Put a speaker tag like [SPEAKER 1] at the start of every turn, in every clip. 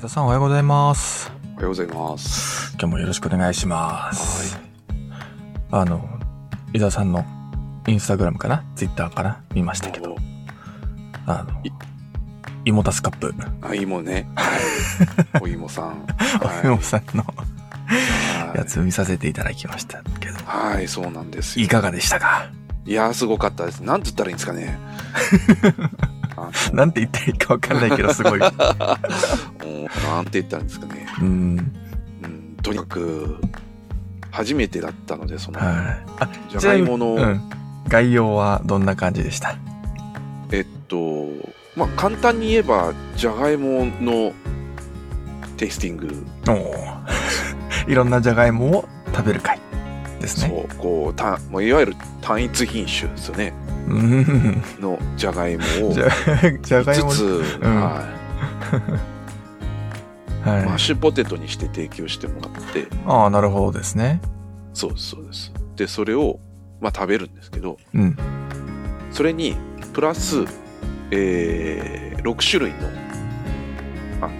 [SPEAKER 1] 田さんおはようございます。
[SPEAKER 2] おはようございます。
[SPEAKER 1] 今日もよろしくお願いします。あの、伊沢さんのインスタグラムかなツイッターかな見ましたけど、あの
[SPEAKER 2] い、
[SPEAKER 1] 芋タスカップ、
[SPEAKER 2] あ、芋ね。お芋さ ん。
[SPEAKER 1] お芋
[SPEAKER 2] は
[SPEAKER 1] さんの
[SPEAKER 2] い。
[SPEAKER 1] やつ見させていただきましたけど、
[SPEAKER 2] はい。はい、そうなんですよ
[SPEAKER 1] いかがでしたか
[SPEAKER 2] いやー、すごかったです。なんつったらいいんですか ね。あ
[SPEAKER 1] なんて言ったらいいかわかんないけど、すご い。う
[SPEAKER 2] もうなんて言ったらいいんですかね。
[SPEAKER 1] ん。
[SPEAKER 2] うん、とにかく、初めてだったので、その、
[SPEAKER 1] はい。あ、
[SPEAKER 2] じゃがいもの、
[SPEAKER 1] うん。概要はどんな感じでした
[SPEAKER 2] えっと、まあ、簡単に言えば、じゃがいものテイスティング、
[SPEAKER 1] おお。 いろんなじゃがいもを食べる会ですね。
[SPEAKER 2] そう、こう、たまあ、いわゆる単一品種ですよね、
[SPEAKER 1] うん。
[SPEAKER 2] のじゃがいもを
[SPEAKER 1] じゃ、じゃがい
[SPEAKER 2] 5
[SPEAKER 1] も。
[SPEAKER 2] つ、
[SPEAKER 1] うん
[SPEAKER 2] はい。
[SPEAKER 1] はい
[SPEAKER 2] マッシュポテトにして提供してもらって
[SPEAKER 1] ああ、なるほどですね。
[SPEAKER 2] そうですそうですでそれを、まあ、食べるんですけど
[SPEAKER 1] うん。
[SPEAKER 2] それにプラス、えー6種類のあの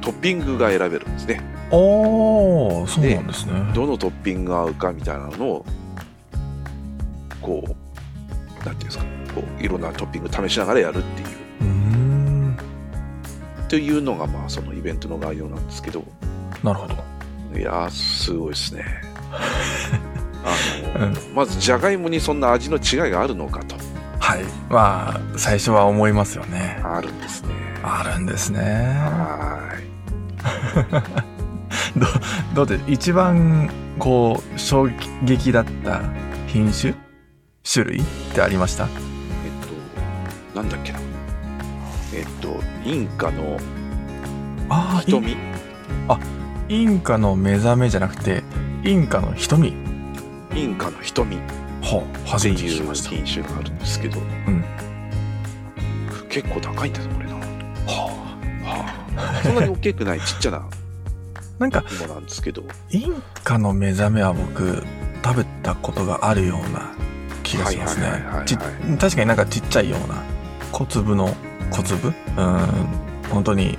[SPEAKER 2] トッピングが選べるんですね
[SPEAKER 1] おお、そうなんですね。
[SPEAKER 2] どのトッピングが合うかみたいなのをこうなんていうんですかこういろんなトッピング試しながらやるっていう
[SPEAKER 1] うーん。
[SPEAKER 2] というのがまあそのイベントの概要なんですけど
[SPEAKER 1] なるほど。
[SPEAKER 2] いやーすごいです ねあ
[SPEAKER 1] うん
[SPEAKER 2] の、まずじゃがいもにそんな味の違いがあるのかと
[SPEAKER 1] はい。まあ、最初は思いますよね。
[SPEAKER 2] あるんですね。
[SPEAKER 1] あるんですね。
[SPEAKER 2] はーい。
[SPEAKER 1] どうで一番、こう、衝撃だった品種種類ってありました
[SPEAKER 2] えっと、なんだっけな。えっと、インカの
[SPEAKER 1] ああ、イン
[SPEAKER 2] 瞳。
[SPEAKER 1] インカの目覚めじゃなくて、インカの瞳。
[SPEAKER 2] インカの瞳っ
[SPEAKER 1] ほう、初
[SPEAKER 2] て
[SPEAKER 1] めて聞
[SPEAKER 2] い
[SPEAKER 1] き
[SPEAKER 2] う
[SPEAKER 1] ました。
[SPEAKER 2] 品種があるんですけど、
[SPEAKER 1] ん
[SPEAKER 2] 結構高いんだよこれな、
[SPEAKER 1] は
[SPEAKER 2] はあ、そんなに大きくないちっちゃな
[SPEAKER 1] あなんか、
[SPEAKER 2] 芋なんですけど
[SPEAKER 1] インカの目覚めは僕食べたことがあるような気がしますね
[SPEAKER 2] はいはいはいはい
[SPEAKER 1] ち確かになんかちっちゃいような小粒の小粒うーん本当に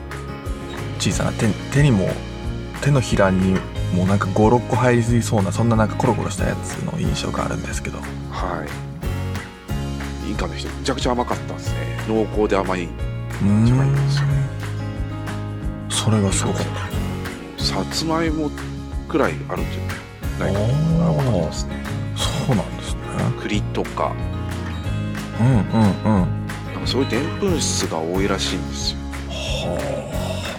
[SPEAKER 1] 小さな手手にも手のひらにもなんか56個入りそうなそんななんかコロコロしたやつの印象があるんですけど
[SPEAKER 2] はいインカの瞳めちゃくちゃ甘かったですね濃厚で甘いう
[SPEAKER 1] ー
[SPEAKER 2] 違いますよ
[SPEAKER 1] んそれがすごかった
[SPEAKER 2] さつまいもくらいあるんじゃないかな
[SPEAKER 1] おー
[SPEAKER 2] 甘かったですね
[SPEAKER 1] そうなんですね
[SPEAKER 2] 栗とか
[SPEAKER 1] うんうんうん
[SPEAKER 2] なんかそういうでんぷん質が多いらしいんですよ
[SPEAKER 1] は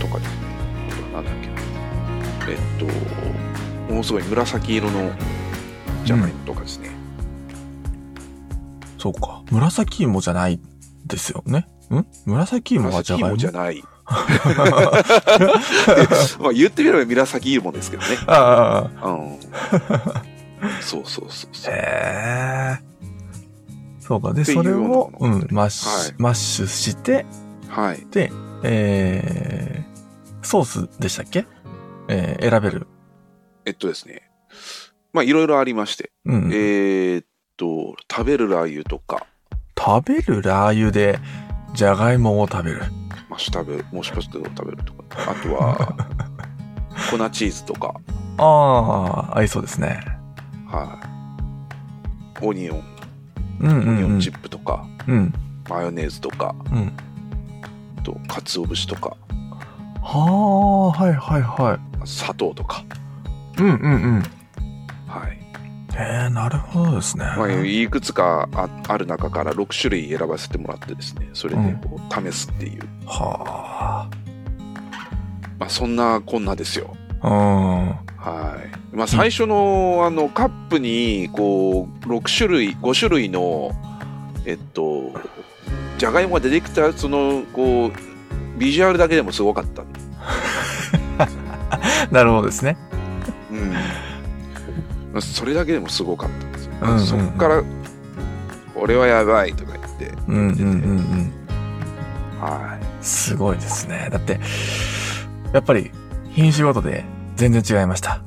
[SPEAKER 2] とかですねあとはなんだっけなえっとものすごい紫色のじゃがいもとかです
[SPEAKER 1] あ
[SPEAKER 2] ね、
[SPEAKER 1] そうか紫芋じゃないですよねん紫芋はじゃ
[SPEAKER 2] 紫
[SPEAKER 1] がい
[SPEAKER 2] 芋
[SPEAKER 1] も
[SPEAKER 2] じゃない まあ言ってみれば紫芋ですけどね
[SPEAKER 1] あ
[SPEAKER 2] うん そうそうそうそ
[SPEAKER 1] あ、
[SPEAKER 2] う
[SPEAKER 1] へえ。そうか。で、
[SPEAKER 2] っていう
[SPEAKER 1] それを、
[SPEAKER 2] よう
[SPEAKER 1] う
[SPEAKER 2] なもの
[SPEAKER 1] ん、マッシュ、
[SPEAKER 2] はい
[SPEAKER 1] マッシュして、
[SPEAKER 2] はい
[SPEAKER 1] で、えー、ソースでしたっけえー、選べる。
[SPEAKER 2] えっとですねまあいろいろありまして、
[SPEAKER 1] うん。
[SPEAKER 2] えーっと食べるラー油とか
[SPEAKER 1] 食べるラー油で、じゃがいもを食べる。
[SPEAKER 2] マッシュ食べもしかして食べるとかあと は粉チーズとか
[SPEAKER 1] ああ、合いそうですね。
[SPEAKER 2] はい、オニオン
[SPEAKER 1] うんう
[SPEAKER 2] オ
[SPEAKER 1] ん
[SPEAKER 2] ニオ
[SPEAKER 1] うん
[SPEAKER 2] ンチ。ップとか、
[SPEAKER 1] うん。
[SPEAKER 2] マヨネーズとか
[SPEAKER 1] うん。
[SPEAKER 2] あと鰹節とか
[SPEAKER 1] はあ、はいはいは
[SPEAKER 2] 砂糖とか
[SPEAKER 1] い。うんうんうん。
[SPEAKER 2] はい、
[SPEAKER 1] えー、なるほどですね。
[SPEAKER 2] まあ、いくつかあある中から6種類選ばせてもらってですねそれでこう試すっていう、
[SPEAKER 1] は
[SPEAKER 2] まあ、そんなこんなですよ
[SPEAKER 1] あ。
[SPEAKER 2] はい、まあ、最初の,、あのカップにこう6種類5種類のえっとじゃがいもが出てきたそのこうビジュアルだけでもすごかったんで
[SPEAKER 1] うん。なるほどですね。
[SPEAKER 2] うん、それだけでもすごかったんですよ、
[SPEAKER 1] うんうんうん
[SPEAKER 2] そっから「俺はやばい」とか言って
[SPEAKER 1] うんうんうんうん。
[SPEAKER 2] はい
[SPEAKER 1] すごいですね。だって、やっぱり品種ごとで全然違いました。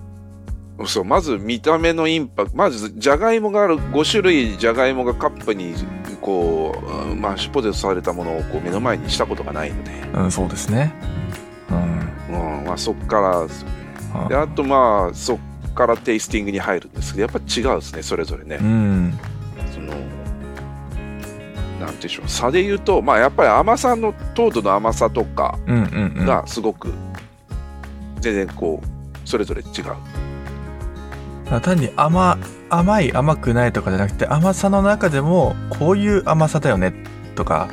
[SPEAKER 2] そうまず見た目のインパクトまずじゃがいもがある5種類じゃがいもがカップにこう、うんマッシュポテトされたものをこう目の前にしたことがないので、
[SPEAKER 1] うん、そうですね。うん。
[SPEAKER 2] うんまあ、そこからですよね
[SPEAKER 1] あ
[SPEAKER 2] であとまあそこからテイスティングに入るんですけどやっぱ違うですねそれぞれね
[SPEAKER 1] う、ん。
[SPEAKER 2] そのなんていうんでしょう差で言うとまあやっぱり甘さの糖度の甘さとか
[SPEAKER 1] うんうんうん。
[SPEAKER 2] がすごく全然こうそれぞれ違う
[SPEAKER 1] まあ単に甘甘い甘くないとかじゃなくて甘さの中でもこういう甘さだよねとか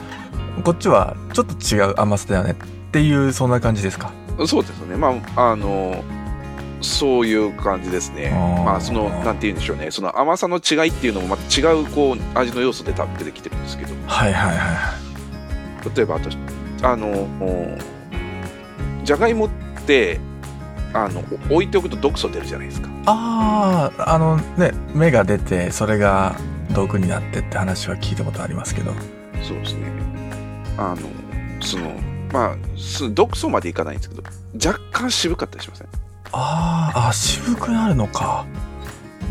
[SPEAKER 1] こっちはちょっと違う甘さだよねっていうそんな感じですか
[SPEAKER 2] そうですね、まあ、あのそういう感じですね、
[SPEAKER 1] あー
[SPEAKER 2] まあ、そのなんて言うんでしょうね、その甘さの違いっていうのも、また違うこう味の要素で多分出てきてるんですけど、
[SPEAKER 1] はいはいは
[SPEAKER 2] 例えば、あとあのおじゃがいもってあのお置いておくと毒素出るじゃないですか。
[SPEAKER 1] いあああのね芽が出てそれが毒になってって話は聞いたことありますけど
[SPEAKER 2] そうですねあのそのまあ、その毒素までいかないんですけど若干渋かったりしません
[SPEAKER 1] あーあ渋くなるのか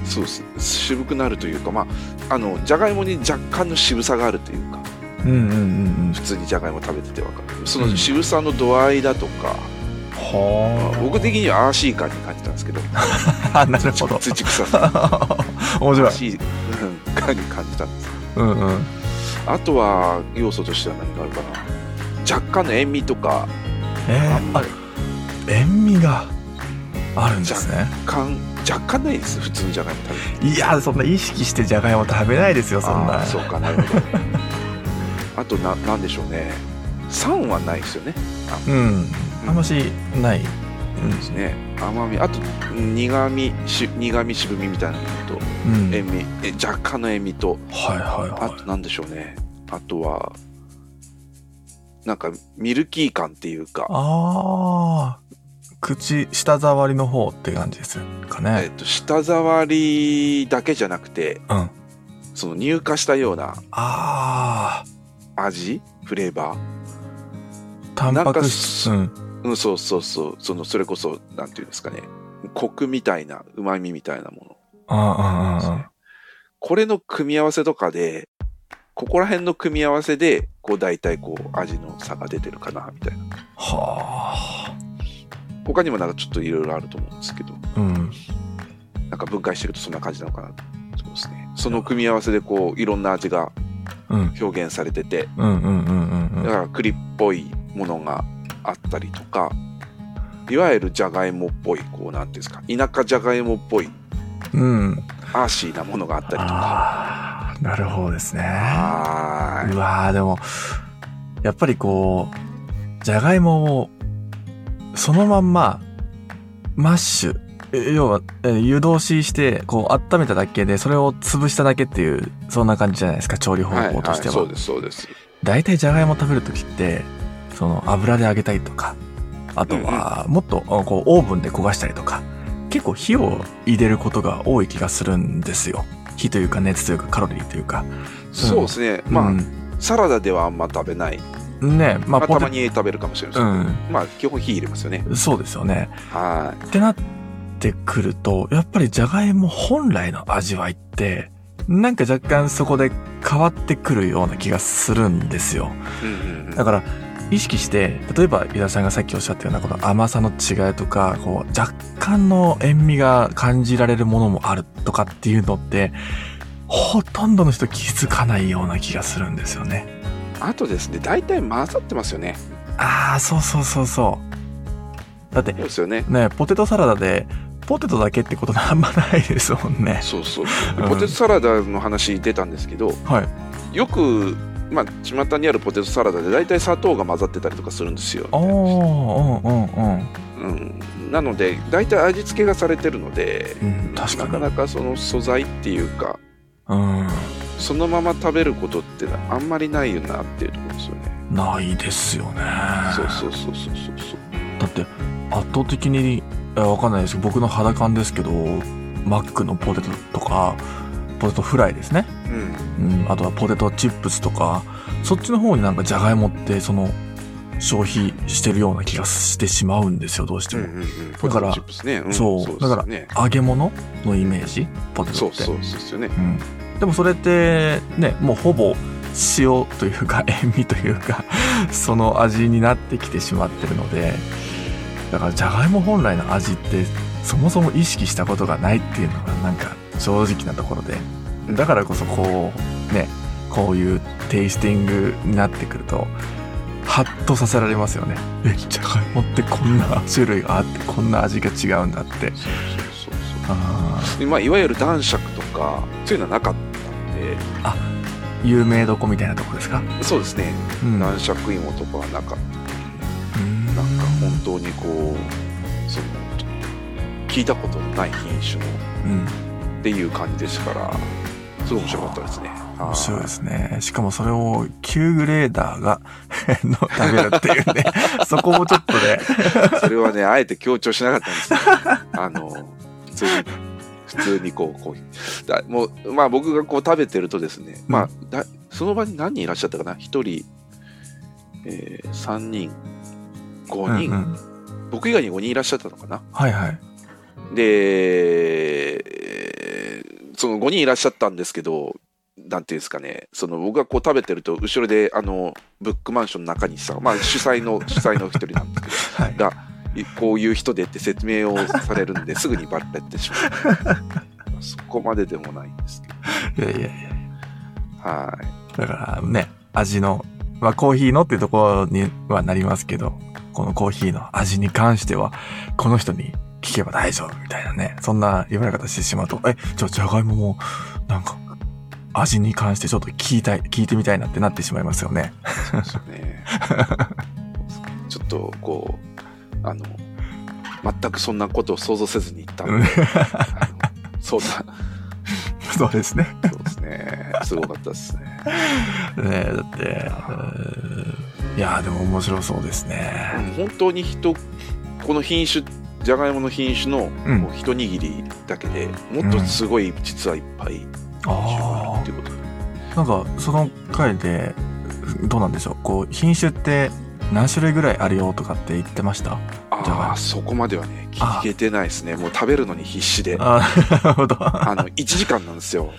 [SPEAKER 2] そうです渋くなるというかまああのじゃがいもに若干の渋さがあるというか
[SPEAKER 1] うんうんうんうん
[SPEAKER 2] 普通にじゃがいも食べてて分かるその渋さの度合いだとか、ま
[SPEAKER 1] は
[SPEAKER 2] あ僕的にはアーシー感に感じたんですけど
[SPEAKER 1] あなるほ ど
[SPEAKER 2] 土臭さ
[SPEAKER 1] 面
[SPEAKER 2] ア
[SPEAKER 1] 白
[SPEAKER 2] ー
[SPEAKER 1] い
[SPEAKER 2] シーうん感に感じたんです
[SPEAKER 1] うんうん
[SPEAKER 2] あとは要素としては何があるかな若干の塩味とか
[SPEAKER 1] えー、あ塩味があるんですね
[SPEAKER 2] 若干若干ないです普通のじゃがいも食べて
[SPEAKER 1] いやそんな意識してじゃがいも食べないですよそん
[SPEAKER 2] あ
[SPEAKER 1] な
[SPEAKER 2] ーそうかなるほどあとななんでしょうね酸はないですよね
[SPEAKER 1] うんあんましない
[SPEAKER 2] ですね甘みあと苦みし苦み渋みみたいなのと
[SPEAKER 1] うん、うん、
[SPEAKER 2] 塩味え若干の塩味と
[SPEAKER 1] はいはい
[SPEAKER 2] あ
[SPEAKER 1] は
[SPEAKER 2] となんでしょうねあとはなんかミルキー感っていうか、
[SPEAKER 1] ああ口舌触りの方って感じですか
[SPEAKER 2] え
[SPEAKER 1] ね
[SPEAKER 2] っと、舌触りだけじゃなくて
[SPEAKER 1] うん
[SPEAKER 2] その乳化したような
[SPEAKER 1] あー
[SPEAKER 2] 味フレーバー
[SPEAKER 1] タンパク質う
[SPEAKER 2] なんうんそうそうそうそのそれこそなんていうんですかねコクみたいなうまみみたいなも
[SPEAKER 1] あ
[SPEAKER 2] のですね、これの組み合わせとかでここら辺の組み合わせでこう大体こう味の差が出てるかなみたいな
[SPEAKER 1] はあ
[SPEAKER 2] 他にもなんかちょっといろいろあると思うんですけど
[SPEAKER 1] うん
[SPEAKER 2] なんか分解していくとそんな感じなのかなそうですね。その組み合わせでこういろんな味が
[SPEAKER 1] うん
[SPEAKER 2] 表現されてて、
[SPEAKER 1] うんうんうんうんう
[SPEAKER 2] だ
[SPEAKER 1] ん
[SPEAKER 2] から栗っぽいものがあったりとか、いわゆるじゃがいもっぽい、こうなんていうんですか、田舎じゃがいもっぽい
[SPEAKER 1] うん
[SPEAKER 2] アーシーなものがあったりとか。
[SPEAKER 1] ああなるほどですね
[SPEAKER 2] はー
[SPEAKER 1] うわーでもやっぱりこうじゃがいもをそのまんまマッシュえ要はえ湯通ししてこう温めただけでそれを潰しただけっていうそんな感じじゃないですか調理方
[SPEAKER 2] い。はい、
[SPEAKER 1] 法と
[SPEAKER 2] は
[SPEAKER 1] して
[SPEAKER 2] い、
[SPEAKER 1] は、
[SPEAKER 2] そうです、そうです。
[SPEAKER 1] 大体じゃがいも食べる時ってその油で揚げたりとかあとはもっとあこうオーブンで焦がしたりとか結構火を入れることが多い気がするんですよ火というか熱というかカロリーというか
[SPEAKER 2] そうですね。まあ、
[SPEAKER 1] うん
[SPEAKER 2] サラダではあんま食べない。
[SPEAKER 1] ねま
[SPEAKER 2] ま
[SPEAKER 1] あ
[SPEAKER 2] あ、
[SPEAKER 1] ポ
[SPEAKER 2] た
[SPEAKER 1] テ
[SPEAKER 2] まに食べるかもしれないうです
[SPEAKER 1] ん
[SPEAKER 2] けど、まあ、基本火入れますよね。
[SPEAKER 1] そうですよね。
[SPEAKER 2] は
[SPEAKER 1] ってなってくると、やっぱりじゃがいも本来の味わいって、なんか若干そこで変わってくるような気がするんですよ。
[SPEAKER 2] い。うんうんう
[SPEAKER 1] だ
[SPEAKER 2] ん。
[SPEAKER 1] から、意識して、例えば、伊田さんがさっきおっしゃったような、この甘さの違いとか、こう、若干の塩味が感じられるものもあるとかっていうのって、ほとんどの人気づかないような気がするんですよね。
[SPEAKER 2] あとですね、大体混ざってますよね。
[SPEAKER 1] ああ、そうそうそうそう。だって
[SPEAKER 2] そ、うですよね。
[SPEAKER 1] ねポテトサラダでポテトだけってこと あんまないですもんね
[SPEAKER 2] そうそう
[SPEAKER 1] うん
[SPEAKER 2] ポテトサラダの話出たんですけど、
[SPEAKER 1] はい
[SPEAKER 2] よく、まあ、巷にあるポテトサラダで大体砂糖が混ざってたりとかするんですよ、
[SPEAKER 1] おおうんうんうん
[SPEAKER 2] うん、なので大体味付けがされてるので
[SPEAKER 1] うん確かに
[SPEAKER 2] なかなかその素材っていうか
[SPEAKER 1] う
[SPEAKER 2] そのまま食べることってあんまりないよなっていうところですよね
[SPEAKER 1] んないですよね
[SPEAKER 2] そうそうそうそうそうそう
[SPEAKER 1] だって圧倒的にえわかんないですけど僕の肌感ですけどマックのポテトとかポテトフライですね、
[SPEAKER 2] うん
[SPEAKER 1] うん、あとはポテトチップスとかそっちの方になんかじゃがいもってその消費してるような気がしてしまうんですよどうして
[SPEAKER 2] うん
[SPEAKER 1] も、
[SPEAKER 2] うんうんポテ
[SPEAKER 1] だか
[SPEAKER 2] ト
[SPEAKER 1] ら
[SPEAKER 2] チップスね、ん
[SPEAKER 1] そう
[SPEAKER 2] ですよ
[SPEAKER 1] だか
[SPEAKER 2] ね
[SPEAKER 1] 揚げ物のイメージポテトっ
[SPEAKER 2] そう
[SPEAKER 1] て
[SPEAKER 2] そうそうですよね
[SPEAKER 1] うん、でもそれってねもうほぼ塩というか 塩味というかその味になってきてしまってるのでだからじゃがいも本来の味ってそもそも意識したことがないっていうのがなんか正直なところでだからこそこうねこういうテイスティングになってくるとハッとさせられますよねえじゃがいもってこんな種類があってこんな味が違うんだって
[SPEAKER 2] そうそう
[SPEAKER 1] あ
[SPEAKER 2] そうそうまあいわゆる男爵とかそういうのはなかったんで
[SPEAKER 1] ー有名どこみたいなとこですか
[SPEAKER 2] そうですね
[SPEAKER 1] うん
[SPEAKER 2] 男爵芋とかはなかった
[SPEAKER 1] うん
[SPEAKER 2] なんか本当にこうその聞いたことのない品種の
[SPEAKER 1] うん
[SPEAKER 2] っていう感じですからすごい面白かったですね
[SPEAKER 1] 面白いですね。しかもそれを9グレーダーが の食べるっていうね。そこもちょっとね。
[SPEAKER 2] それはね、あえて強調しなかったんですよ。 あの、普通に、普通にこう、こう、だもう、まあ僕がこう食べてるとですね、
[SPEAKER 1] うん
[SPEAKER 2] まあ、だその場に何人いらっしゃったかな ?1 人、えー、3人、5人、
[SPEAKER 1] うんうん
[SPEAKER 2] 僕以外に5人いらっしゃったのかな
[SPEAKER 1] はいはい。
[SPEAKER 2] で、えーその5人いらっしゃったんですけど、なんていうんですかね、その僕がこう食べてると、後ろで、あの、ブックマンションの中西さん、まあ主催の、主催の一人なんですけど、
[SPEAKER 1] はい。
[SPEAKER 2] がいこういう人でって説明をされるんですぐにバレてしまうそこまででもないんですけど
[SPEAKER 1] いやいやいや。
[SPEAKER 2] はい
[SPEAKER 1] だからね、味の、まあコーヒーのっていうところにはなりますけど、このコーヒーの味に関しては、この人に聞けば大丈夫みたいなね。そんな言われ方してしまうと、え、じゃあじゃがいもも、なんか、味に関してちょっと聞いたい、聞いてみたいなってなってしまいますよね。
[SPEAKER 2] そうですよねちょっとこうあの全くそんなことを想像せずに行ったんであのそうだ
[SPEAKER 1] そうですね。
[SPEAKER 2] そうですねすごかったですね
[SPEAKER 1] ねえだってえーいやーでも面白そうですね
[SPEAKER 2] 本当に人この品種じゃがいもの品種の
[SPEAKER 1] うん
[SPEAKER 2] もう一握りだけで、もっとすごい実はいっぱい品種があるっていうことで
[SPEAKER 1] あなんかその回でどうなんでしょうこう品種って何種類ぐらいあるよとかって言ってましたじゃがい
[SPEAKER 2] あ
[SPEAKER 1] も
[SPEAKER 2] あそこまではね
[SPEAKER 1] あ
[SPEAKER 2] 聞けてないですねもう食べるのに必死であ
[SPEAKER 1] あーなるほどは
[SPEAKER 2] の1時間なんですよ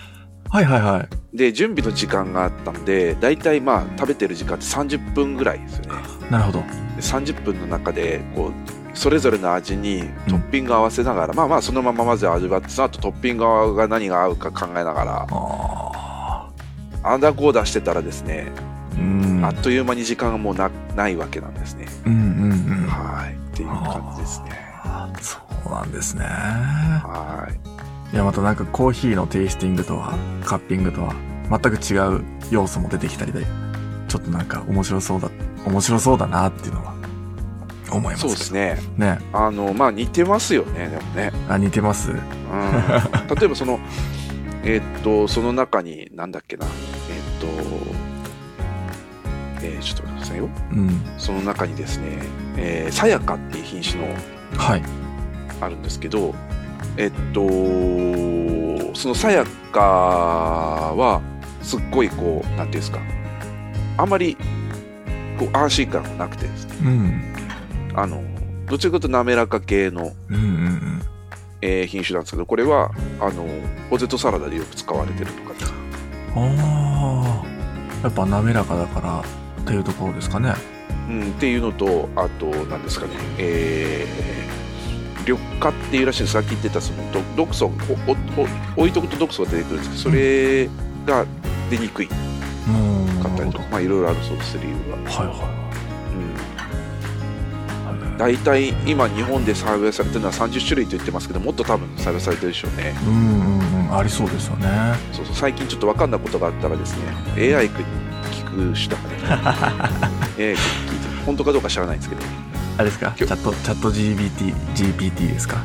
[SPEAKER 1] いはいはい
[SPEAKER 2] で準備の時間があったんでだいたいまあ食べてる時間って30分ぐらいですよね
[SPEAKER 1] なるほど
[SPEAKER 2] で30分の中でこうそれぞれの味にトッピングを合わせながら、まあまあそのまままず味わってその後トッピングが何が合うか考えながら
[SPEAKER 1] あ
[SPEAKER 2] あんだこう出してたらですね、
[SPEAKER 1] ーうん
[SPEAKER 2] あっという間に時間がもうなないわけなんですね、
[SPEAKER 1] うんうんうん
[SPEAKER 2] はいっていう感じですね
[SPEAKER 1] そうなんですね
[SPEAKER 2] はい
[SPEAKER 1] いやまたなんかコーヒーのテイスティングとはカッピングとは全く違う要素も出てきたりでちょっとなんか面白そうだ面白そうだなっていうのは思います
[SPEAKER 2] そうですね
[SPEAKER 1] ね
[SPEAKER 2] あのまあ似てますよねでもね
[SPEAKER 1] あ似てます
[SPEAKER 2] うん例えばそのえーっとその中になんだっけなえーっとえーちょっと待ってくださいよ
[SPEAKER 1] うん
[SPEAKER 2] その中にですねえーさやかっていう品種の
[SPEAKER 1] はい
[SPEAKER 2] あるんですけどえーっとそのさやかはすっごいこうなんていうんですかあんまりこう安心感がなくてですね
[SPEAKER 1] うん
[SPEAKER 2] あのどちらかというと滑らか系の
[SPEAKER 1] うんうん
[SPEAKER 2] えー品種なんですけどこれはあのポテトサラダでよく使われてるとかです
[SPEAKER 1] うんああやっぱ滑らかだからっていうところですかね
[SPEAKER 2] うん、っていうのとあと何ですかねえー緑化っていうらしいんですさっき言ってたそのど毒素をおおお置いとくと毒素が出てくるんですけどそれが出にくいか
[SPEAKER 1] うんな
[SPEAKER 2] った
[SPEAKER 1] る
[SPEAKER 2] り
[SPEAKER 1] ほど
[SPEAKER 2] とか
[SPEAKER 1] はい
[SPEAKER 2] まあいろいろあるそうです理由は、
[SPEAKER 1] は
[SPEAKER 2] うん、
[SPEAKER 1] いはい
[SPEAKER 2] 大体今日本で栽培されてるのは30種類と言ってますけどもっと多分栽培されてるでしょうね
[SPEAKER 1] うんうんうんありそうですよね
[SPEAKER 2] そうそう最近ちょっと分かんないことがあったらですね AI 君に聞く しとかね AI 君に聞いて本当かどうか知らないんですけど
[SPEAKER 1] あれですかチャットチャット GPT, GPT ですか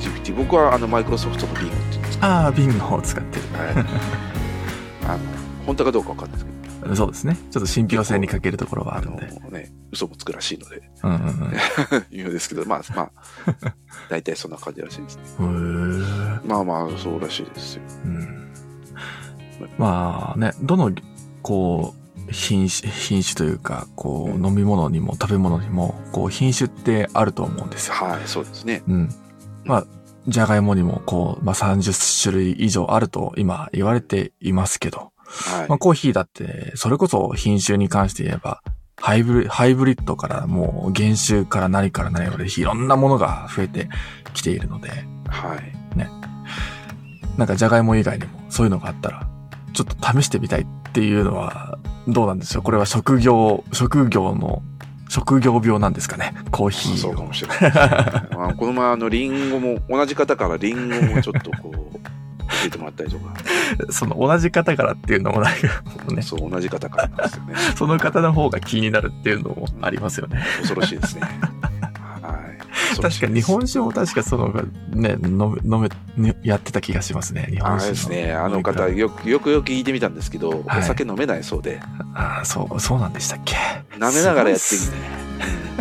[SPEAKER 2] GPT 僕はあのマイクロソフトの Bing って言うんです
[SPEAKER 1] ああビンゴを使ってる
[SPEAKER 2] けど、はい あの本当かどうか分かんないですけど
[SPEAKER 1] そうですね。ちょっと信憑性に欠けるところはあ
[SPEAKER 2] あ
[SPEAKER 1] る
[SPEAKER 2] の
[SPEAKER 1] んで。
[SPEAKER 2] ね嘘もつくらしいので
[SPEAKER 1] うんうん
[SPEAKER 2] 言うんですけど まあまあ大体そんな感じらしいですね
[SPEAKER 1] うん。へー
[SPEAKER 2] まあまあそうらしいですよ
[SPEAKER 1] うん。まあね、どの、こう、品種、品種というか、こ
[SPEAKER 2] うん
[SPEAKER 1] う、飲み物にも食べ物にも、こう、品種ってあると思うんですよ。
[SPEAKER 2] はいそうですね
[SPEAKER 1] うん。まあ、じゃがいもにも、こう、まあ30種類以上あると今言われていますけど、
[SPEAKER 2] はい
[SPEAKER 1] まあ、コーヒーだって、それこそ品種に関して言えば、ハイブリハイブリッドからもう原種から何から何までいろんなものが増えてきているので、
[SPEAKER 2] はい
[SPEAKER 1] なんかじゃがいも以外にもそういうのがあったら、ちょっと試してみたいっていうのはどうなんでしょうこれは職業、職業の、職業病なんですかねコーヒ
[SPEAKER 2] まあそう
[SPEAKER 1] ー
[SPEAKER 2] か
[SPEAKER 1] を。
[SPEAKER 2] もしれないですね、まあ、このままあのリンゴも同じ方からリンゴもちょっとこう教えてもらったりとか、
[SPEAKER 1] その同じ方からっていうのもなんかもうね、
[SPEAKER 2] そう同じ方からなんですよね
[SPEAKER 1] その方の方が気になるっていうのもありますよね。
[SPEAKER 2] 恐ろしいですねはい
[SPEAKER 1] 確か日本酒も確かそのね、飲め、飲め、ねやってた気がしますね。日
[SPEAKER 2] あ
[SPEAKER 1] 本
[SPEAKER 2] あ
[SPEAKER 1] 酒
[SPEAKER 2] れ
[SPEAKER 1] の
[SPEAKER 2] ですねあの方よくよくよく聞いてみたんですけど、
[SPEAKER 1] はい
[SPEAKER 2] お酒飲めないそうで
[SPEAKER 1] ああ、そう、そうなんでしたっけ。
[SPEAKER 2] 舐めながらやって
[SPEAKER 1] すごい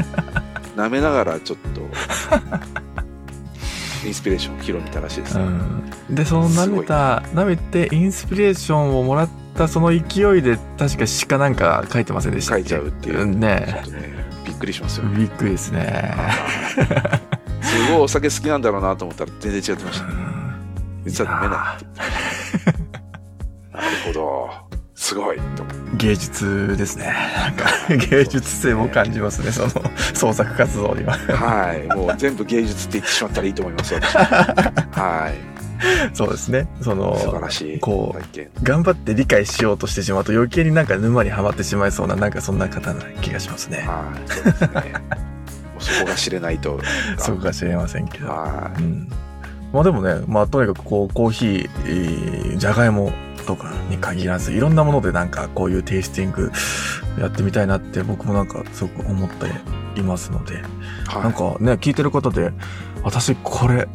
[SPEAKER 1] っすね
[SPEAKER 2] 舐めながらちょっとインスピレーションを広めたらしいです
[SPEAKER 1] う
[SPEAKER 2] ね、
[SPEAKER 1] ん、でその舐めた舐めてインスピレーションをもらったその勢いで確か詩かなんか書いてませんでした
[SPEAKER 2] 書
[SPEAKER 1] っけ
[SPEAKER 2] いちゃうっていう、
[SPEAKER 1] ん
[SPEAKER 2] ちょっ
[SPEAKER 1] ね
[SPEAKER 2] とねびっくりしますよね
[SPEAKER 1] びっくりですね
[SPEAKER 2] すごいお酒好きなんだろうなと思ったら全然違ってまし
[SPEAKER 1] う
[SPEAKER 2] た
[SPEAKER 1] ん
[SPEAKER 2] 実は飲めないなるほどすごいと思って
[SPEAKER 1] 芸術ですねなんか芸術性も感じますねその創作活動には
[SPEAKER 2] はいもう全部芸術って言ってしまったらいいと思います私はい
[SPEAKER 1] そうですねそ
[SPEAKER 2] 素晴
[SPEAKER 1] の
[SPEAKER 2] らしい
[SPEAKER 1] こう
[SPEAKER 2] 体験
[SPEAKER 1] 頑張って理解しようとしてしまうと余計になんか沼にはまってしまいそうななんかそんな方な気がしますね
[SPEAKER 2] はいそうですねもうそこが知れないと
[SPEAKER 1] そこか知れませんけど
[SPEAKER 2] は
[SPEAKER 1] うんまあでもね、まあとにかくこうコーヒー、えーじゃがいもとかに限らず、いろんなものでなんかこういうテイスティングやってみたいなって僕もなんかすごく思っていますので、
[SPEAKER 2] い
[SPEAKER 1] な
[SPEAKER 2] は
[SPEAKER 1] ん
[SPEAKER 2] い
[SPEAKER 1] かね、聞いてる方で、私これ、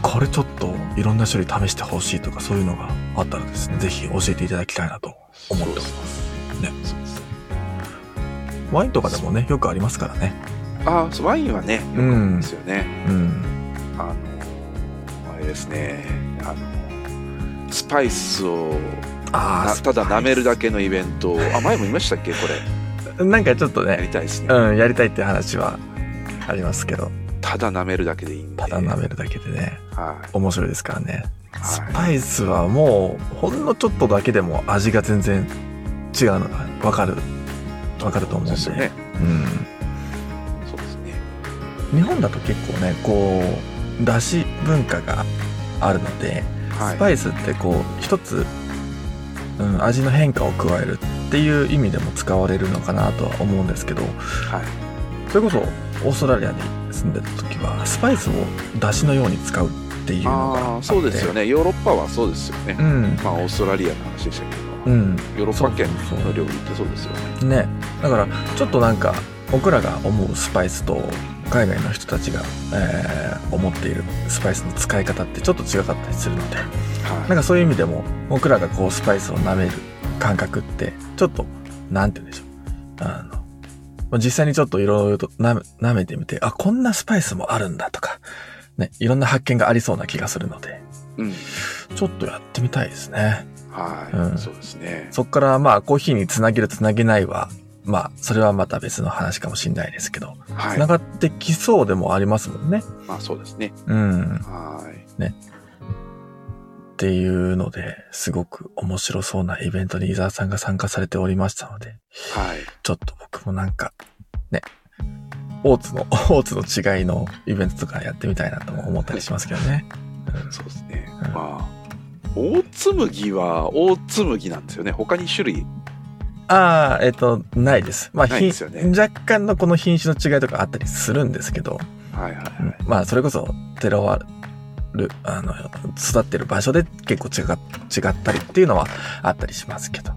[SPEAKER 1] これちょっといろんな種類試してほしいとかそういうのがあったらですね、ぜひ教えていただきたいなと思っております。ね
[SPEAKER 2] そうですね
[SPEAKER 1] ワインとかでもね、よくありますからね。
[SPEAKER 2] あそうワインはねよくあるんですよね、
[SPEAKER 1] うん。
[SPEAKER 2] あのあれですねあのスパイスを
[SPEAKER 1] あ
[SPEAKER 2] な
[SPEAKER 1] あ、
[SPEAKER 2] ただ舐めるだけのイベントをあ前も言いましたっけこ れ
[SPEAKER 1] なんかちょっと
[SPEAKER 2] や
[SPEAKER 1] ね、
[SPEAKER 2] りたいですね、
[SPEAKER 1] うん、やりたいって話はありますけど。
[SPEAKER 2] ただ舐めるだけでいいんで
[SPEAKER 1] ただ舐めるだけでね
[SPEAKER 2] はい
[SPEAKER 1] 面白いですからねス
[SPEAKER 2] はい
[SPEAKER 1] パイスはもうほんのちょっとだけでも味が全然違うのが分かる分かると思うんで
[SPEAKER 2] そうですよねそうですね
[SPEAKER 1] うん、日本だと結構ねこうだし文化があるので、
[SPEAKER 2] はい
[SPEAKER 1] スパイスってこう一つ、うん、味の変化を加えるっていう意味でも使われるのかなとは思うんですけど
[SPEAKER 2] はい
[SPEAKER 1] それこそオーストラリアに住んでた時はスパイスをだしのように使うっていうのが
[SPEAKER 2] ああそうですよねヨーロッパはそうですよね、
[SPEAKER 1] うん
[SPEAKER 2] まあオーストラリアの話でしたけど、
[SPEAKER 1] うん
[SPEAKER 2] ヨーロッパ圏
[SPEAKER 1] そうそう
[SPEAKER 2] の料理ってそうですよね
[SPEAKER 1] ねだからちょっとなんか僕らが思うスパイスと海外の人たちが、えー思っているスパイスの使い方ってちょっと違かったりするので
[SPEAKER 2] はい
[SPEAKER 1] なんかそういう意味でも僕らがこうスパイスを舐める感覚ってちょっとなんて言うんでしょうあのまあ実際にちょっといろいろと舐め舐めてみてあこんなスパイスもあるんだとかねいろんな発見がありそうな気がするので
[SPEAKER 2] うん
[SPEAKER 1] ちょっとやってみたいですね。
[SPEAKER 2] はい、
[SPEAKER 1] うん
[SPEAKER 2] そうですね
[SPEAKER 1] そっからまあコーヒーにつなげるつなげないは、まあそれはまた別の話かもしれないですけど、
[SPEAKER 2] は
[SPEAKER 1] つないがってきそうでもありますもんね。
[SPEAKER 2] まあそうですね
[SPEAKER 1] うん。っ
[SPEAKER 2] はい
[SPEAKER 1] ていうので、すごく面白そうなイベントに伊沢さんが参加されておりましたので、
[SPEAKER 2] はい
[SPEAKER 1] ちょっと僕もなんか、ね、大津の、 大津の違いのイベントとかやってみたいなとも思ったりしますけどね。
[SPEAKER 2] そうですね。
[SPEAKER 1] うん
[SPEAKER 2] まあ、大紬は大紬なんですよね。他に種類。
[SPEAKER 1] ああ、えっと、ないです。まあ、
[SPEAKER 2] ないで
[SPEAKER 1] 品
[SPEAKER 2] すよね
[SPEAKER 1] 若干のこの品種の違いとかあったりするんですけど、
[SPEAKER 2] はいはいはい。
[SPEAKER 1] まあそれこそテロワルあの育ってる場所で結構違か違ったりっていうのはあったりしますけど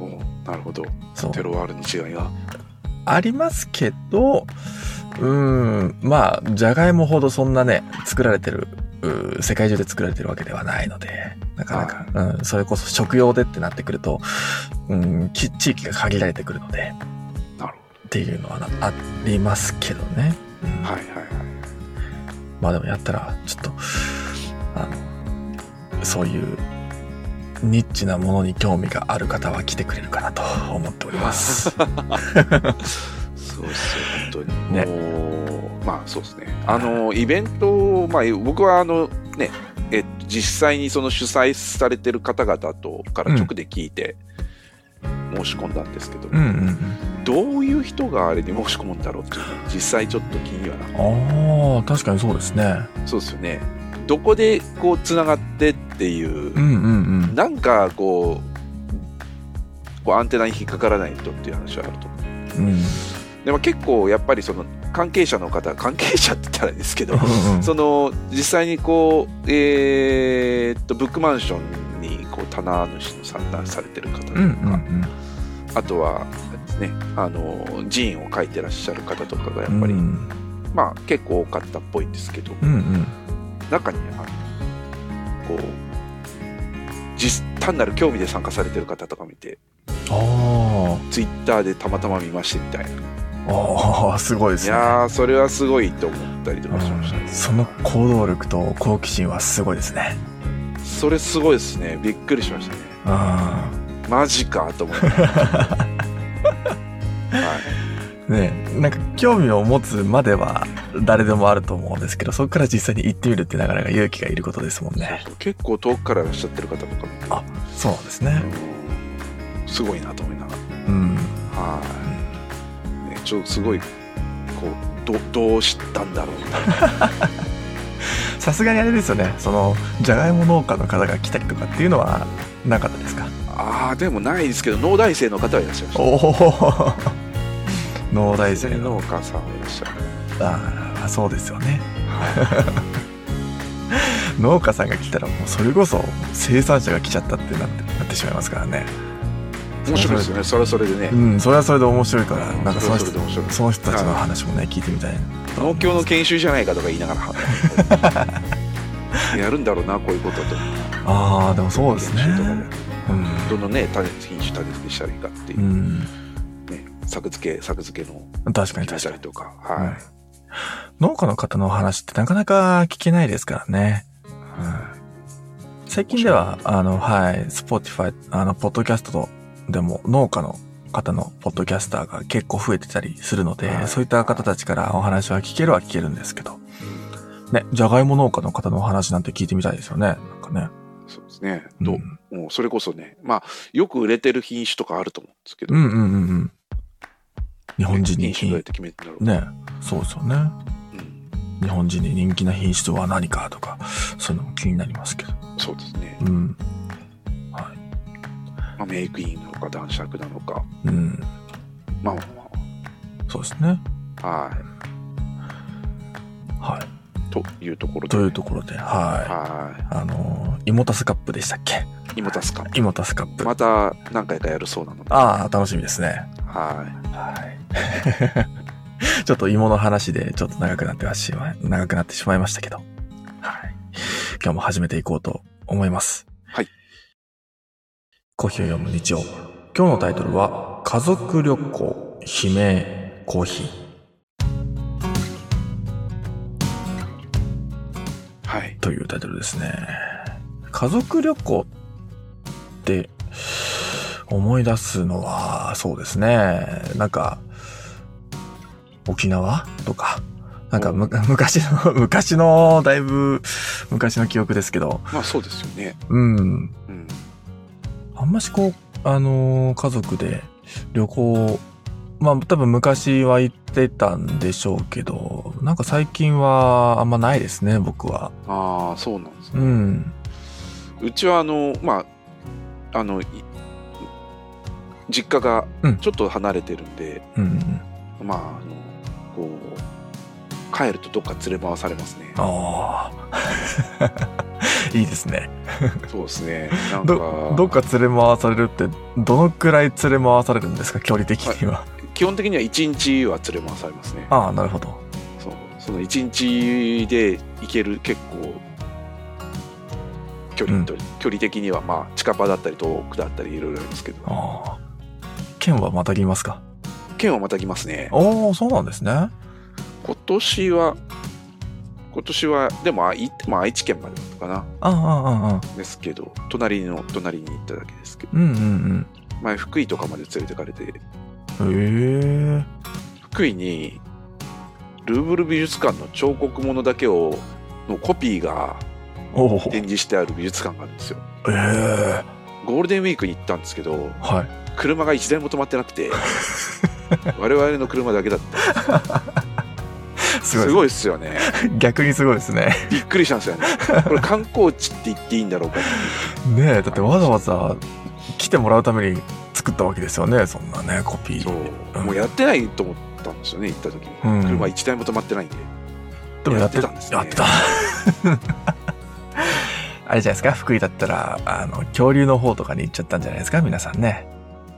[SPEAKER 2] おうなるほど。
[SPEAKER 1] そう
[SPEAKER 2] テロワールの違いが。
[SPEAKER 1] ありますけどうーんまあじゃがいもほどそんなね作られてるうー世界中で作られてるわけではないのでなかなか、うん、それこそ食用でってなってくると、うん、き地域が限られてくるので
[SPEAKER 2] なる
[SPEAKER 1] っていうのはなありますけどね。うん
[SPEAKER 2] ほど。はいはいはい。
[SPEAKER 1] まあでもやったら、ちょっと、あの、そういう、ニッチなものに興味がある方は来てくれるかなと思っており ます。
[SPEAKER 2] そうですよ、本当に。
[SPEAKER 1] ね
[SPEAKER 2] もう、まあそうですね。あの、イベントを、まあ僕はあの、ね、えっと、実際にその主催されてる方々とから直で聞いて申し込んだんですけど、
[SPEAKER 1] うんうん
[SPEAKER 2] どういう人があれに申し込むんだろうっていうのは実際ちょっと気にはな
[SPEAKER 1] うん。ああ、確かにそうですね。
[SPEAKER 2] そうですよねどこでこうつながってってい
[SPEAKER 1] うん
[SPEAKER 2] う
[SPEAKER 1] うんうん。
[SPEAKER 2] なんかこうこうアンテナに引っかからない人っていう話はあると思
[SPEAKER 1] う
[SPEAKER 2] う
[SPEAKER 1] ん。
[SPEAKER 2] でも結構やっぱりその関係者の方 関係者って言ったらあれですけど
[SPEAKER 1] うんうん
[SPEAKER 2] その実際にこう、えーっとブックマンションにこう棚主の参談されてる方とか、
[SPEAKER 1] うんうんうん。
[SPEAKER 2] あとはですねあの寺院を書いてらっしゃる方とかがやっぱり、
[SPEAKER 1] うん
[SPEAKER 2] まあ、結構多かったっぽいんですけど、
[SPEAKER 1] うんうん。
[SPEAKER 2] 中にはこう実単なる興味で参加されてる方とか見て
[SPEAKER 1] あ
[SPEAKER 2] ツイッターでたまたま見ましてみたいな、
[SPEAKER 1] あ。ああ、すごいで
[SPEAKER 2] い
[SPEAKER 1] すね。
[SPEAKER 2] やーそれはすごいと思ったりとかしましたね、
[SPEAKER 1] うんその行動力と好奇心はすごいですね。
[SPEAKER 2] それすごいですねびっくりしましたね
[SPEAKER 1] あ
[SPEAKER 2] マジかと思って。はい
[SPEAKER 1] あ。ねえなんか興味を持つまでは誰でもあると思うんですけど、そこから実際に行ってみるってなかなか勇気がいることですもんね。
[SPEAKER 2] そうそう結構遠くからいらっしゃってる方とかも
[SPEAKER 1] そうなんですね。
[SPEAKER 2] すごいなと思いながら
[SPEAKER 1] うん。
[SPEAKER 2] はい、ね、ちょっとすごいこうどどうしたんだろうな
[SPEAKER 1] さすがにあれですよね。その、じゃがいも農家の方が来たりとかっていうのはなかったですか
[SPEAKER 2] あーでもないですけど農大生の方はいらっしゃいました
[SPEAKER 1] おお。農大生の。
[SPEAKER 2] 農家さんはいらっしゃる
[SPEAKER 1] ああ、そうですよね。 農家さんが来たらもうそれこそ生産者が来ちゃったってなってなってしまいますからね
[SPEAKER 2] 面白いですよねそれはそれでね、
[SPEAKER 1] うんそれはそれで面白いからなんかそ
[SPEAKER 2] そ
[SPEAKER 1] の人
[SPEAKER 2] れはそれで面白い
[SPEAKER 1] その人たちの話もね聞いてみたいな
[SPEAKER 2] 農協の研修じゃないかとか言いながら やるんだろうなこういうことと
[SPEAKER 1] ああでもそうですね
[SPEAKER 2] 研修とかで
[SPEAKER 1] うん
[SPEAKER 2] どのね種品種種付けしたらいいかっていうう、
[SPEAKER 1] ん
[SPEAKER 2] ね作付け作付けの
[SPEAKER 1] 確かに
[SPEAKER 2] 決め
[SPEAKER 1] 確か
[SPEAKER 2] たり
[SPEAKER 1] に
[SPEAKER 2] とか
[SPEAKER 1] う
[SPEAKER 2] は
[SPEAKER 1] ん農家の方の話ってなかなか聞けないですからね
[SPEAKER 2] い、
[SPEAKER 1] 最近では、あの、はい、Spotify、あの、ポッドキャストでも農家の方のポッドキャスターが結構増えてたりするので、
[SPEAKER 2] はい
[SPEAKER 1] そういった方たちからお話は聞けるは聞けるんですけど、ね、じゃがいも農家の方のお話なんて聞いてみたいですよね。なんかね。
[SPEAKER 2] そうですね、
[SPEAKER 1] うん
[SPEAKER 2] どうもうそれこそね、まあ、よく売れてる品種とかあると思うんですけど、
[SPEAKER 1] うんうんうんうん。日本人に
[SPEAKER 2] 品種どうやっ
[SPEAKER 1] 品、
[SPEAKER 2] て決めてんだろう、
[SPEAKER 1] ね、そうですよね。
[SPEAKER 2] うん
[SPEAKER 1] 日本人に人気な品種とは何かとか、そういうのも気になりますけど。
[SPEAKER 2] そうですね、
[SPEAKER 1] うん。
[SPEAKER 2] まあ、メイクインなのか、男爵なのか、
[SPEAKER 1] うん。
[SPEAKER 2] まあま
[SPEAKER 1] そうですね。
[SPEAKER 2] あまあ、は、
[SPEAKER 1] はい
[SPEAKER 2] というところ
[SPEAKER 1] い。
[SPEAKER 2] で、
[SPEAKER 1] というところで、はい。
[SPEAKER 2] は
[SPEAKER 1] あの、イモタスカップでしたっけ
[SPEAKER 2] い、イモタスカ、
[SPEAKER 1] イモタスカップ。
[SPEAKER 2] また何回かやるそうなので、
[SPEAKER 1] ああ、楽しみですね。
[SPEAKER 2] は
[SPEAKER 1] はい。 ちょっと芋の話でちょっと長くなってはしまい、長くなってしまいましたけど。はい。今日も始めていこうと思います。
[SPEAKER 2] はい。
[SPEAKER 1] コーヒーを読む日曜。今日のタイトルは、家族旅行、悲鳴、コーヒー
[SPEAKER 2] い、はい、
[SPEAKER 1] というタイトルですね。家族旅行って思い出すのは、そうですね。なんか、沖縄とか、なんかむ昔の、 昔の、だいぶ昔の記憶ですけど、
[SPEAKER 2] まあそうですよね、
[SPEAKER 1] うん。
[SPEAKER 2] うん、
[SPEAKER 1] あんましこう、あのー家族で旅行、まあ多分昔は行ってたんでしょうけど、なんか最近はあんまないですね、僕は。
[SPEAKER 2] ああ、そうなんです
[SPEAKER 1] う
[SPEAKER 2] ね。
[SPEAKER 1] ん。
[SPEAKER 2] うちはあの、まあ、あの、い実家が
[SPEAKER 1] うん
[SPEAKER 2] ちょっと離れてるんで、
[SPEAKER 1] うん。
[SPEAKER 2] まあ、あの、こう、帰るとどっか連れ回されますね。
[SPEAKER 1] ああ。 いいですね。
[SPEAKER 2] そうですね。なんか、
[SPEAKER 1] ど、どっか連れ回されるって、どのくらい連れ回されるんですか、距離的には。
[SPEAKER 2] 基本的には1日は連れ回されますね。
[SPEAKER 1] ああ、なるほど。
[SPEAKER 2] そうその1日で行ける結構、距離と、距離的にはまあ近場だったり遠くだったりいろいろありますけど
[SPEAKER 1] ああ。県はまたぎますか。
[SPEAKER 2] 県をまたぎますね
[SPEAKER 1] おお、そうなんですね。
[SPEAKER 2] 今年は今年はでもあい、まあ、愛知県までだったかな
[SPEAKER 1] ああ、ああ、
[SPEAKER 2] ですけど隣の隣に行っただけですけど
[SPEAKER 1] うんうん
[SPEAKER 2] 前福井とかまで連れてかれて
[SPEAKER 1] うん。へえ。
[SPEAKER 2] 福井にルーブル美術館の彫刻物だけをのコピーが
[SPEAKER 1] おお
[SPEAKER 2] 展示してある美術館があるんですよ
[SPEAKER 1] ええー、
[SPEAKER 2] ゴールデンウィークに行ったんですけど
[SPEAKER 1] はい
[SPEAKER 2] 車が一台も止まってなくて我々の車だけだった
[SPEAKER 1] すごい
[SPEAKER 2] すごいですよね
[SPEAKER 1] 逆にすごいです ね
[SPEAKER 2] びっくりしたんですよねこれ観光地って言っていいんだろうか
[SPEAKER 1] ねえだってわざわざ来てもらうために作ったわけですよねそんなねコピー
[SPEAKER 2] そうもうやってないと思ったんですよね行った時に、
[SPEAKER 1] うん
[SPEAKER 2] 車一台も止まってないんで
[SPEAKER 1] でもやって
[SPEAKER 2] やってたんですね
[SPEAKER 1] やってた あれじゃないですか福井だったらあの恐竜の方とかに行っちゃったんじゃないですか皆さんね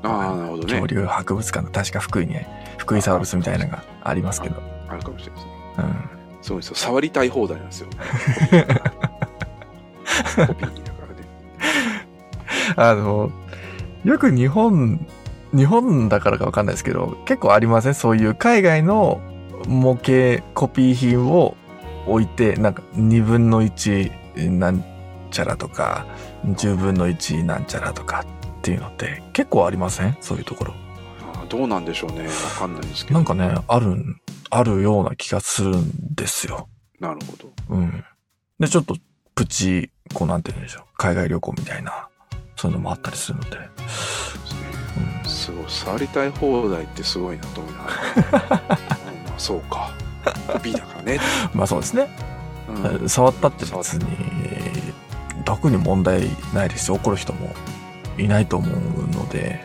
[SPEAKER 2] ああなるほどね
[SPEAKER 1] 恐竜博物館の確か福井に福井サービスみたいなのがありますけど、
[SPEAKER 2] あるかもしれないですね
[SPEAKER 1] うん、
[SPEAKER 2] そうですよ触りたい放題なんですよコピーだからね
[SPEAKER 1] あのよく日本日本だからかわかんないですけど結構ありませんそういう海外の模型コピー品を置いてなんか2分の1なんちゃらとか10分の1なんちゃらとかっていうのって結構ありませんそういうところ
[SPEAKER 2] あーどうなんでしょうねわかんないですけど
[SPEAKER 1] なんかねあるんあるような気がするんですよ
[SPEAKER 2] なるほど
[SPEAKER 1] うん。で、ちょっとプチ、こうなんて言うんでしょう。海外旅行みたいな、そういうのもあったりするので。
[SPEAKER 2] そうですね
[SPEAKER 1] うん
[SPEAKER 2] すごい触りたい放題ってすごいなと思いな がら、うんまあそうかコピーだからね、
[SPEAKER 1] まあそうですね。
[SPEAKER 2] うん
[SPEAKER 1] 触ったって別に、特に問題ないですし、怒る人もいないと思うので、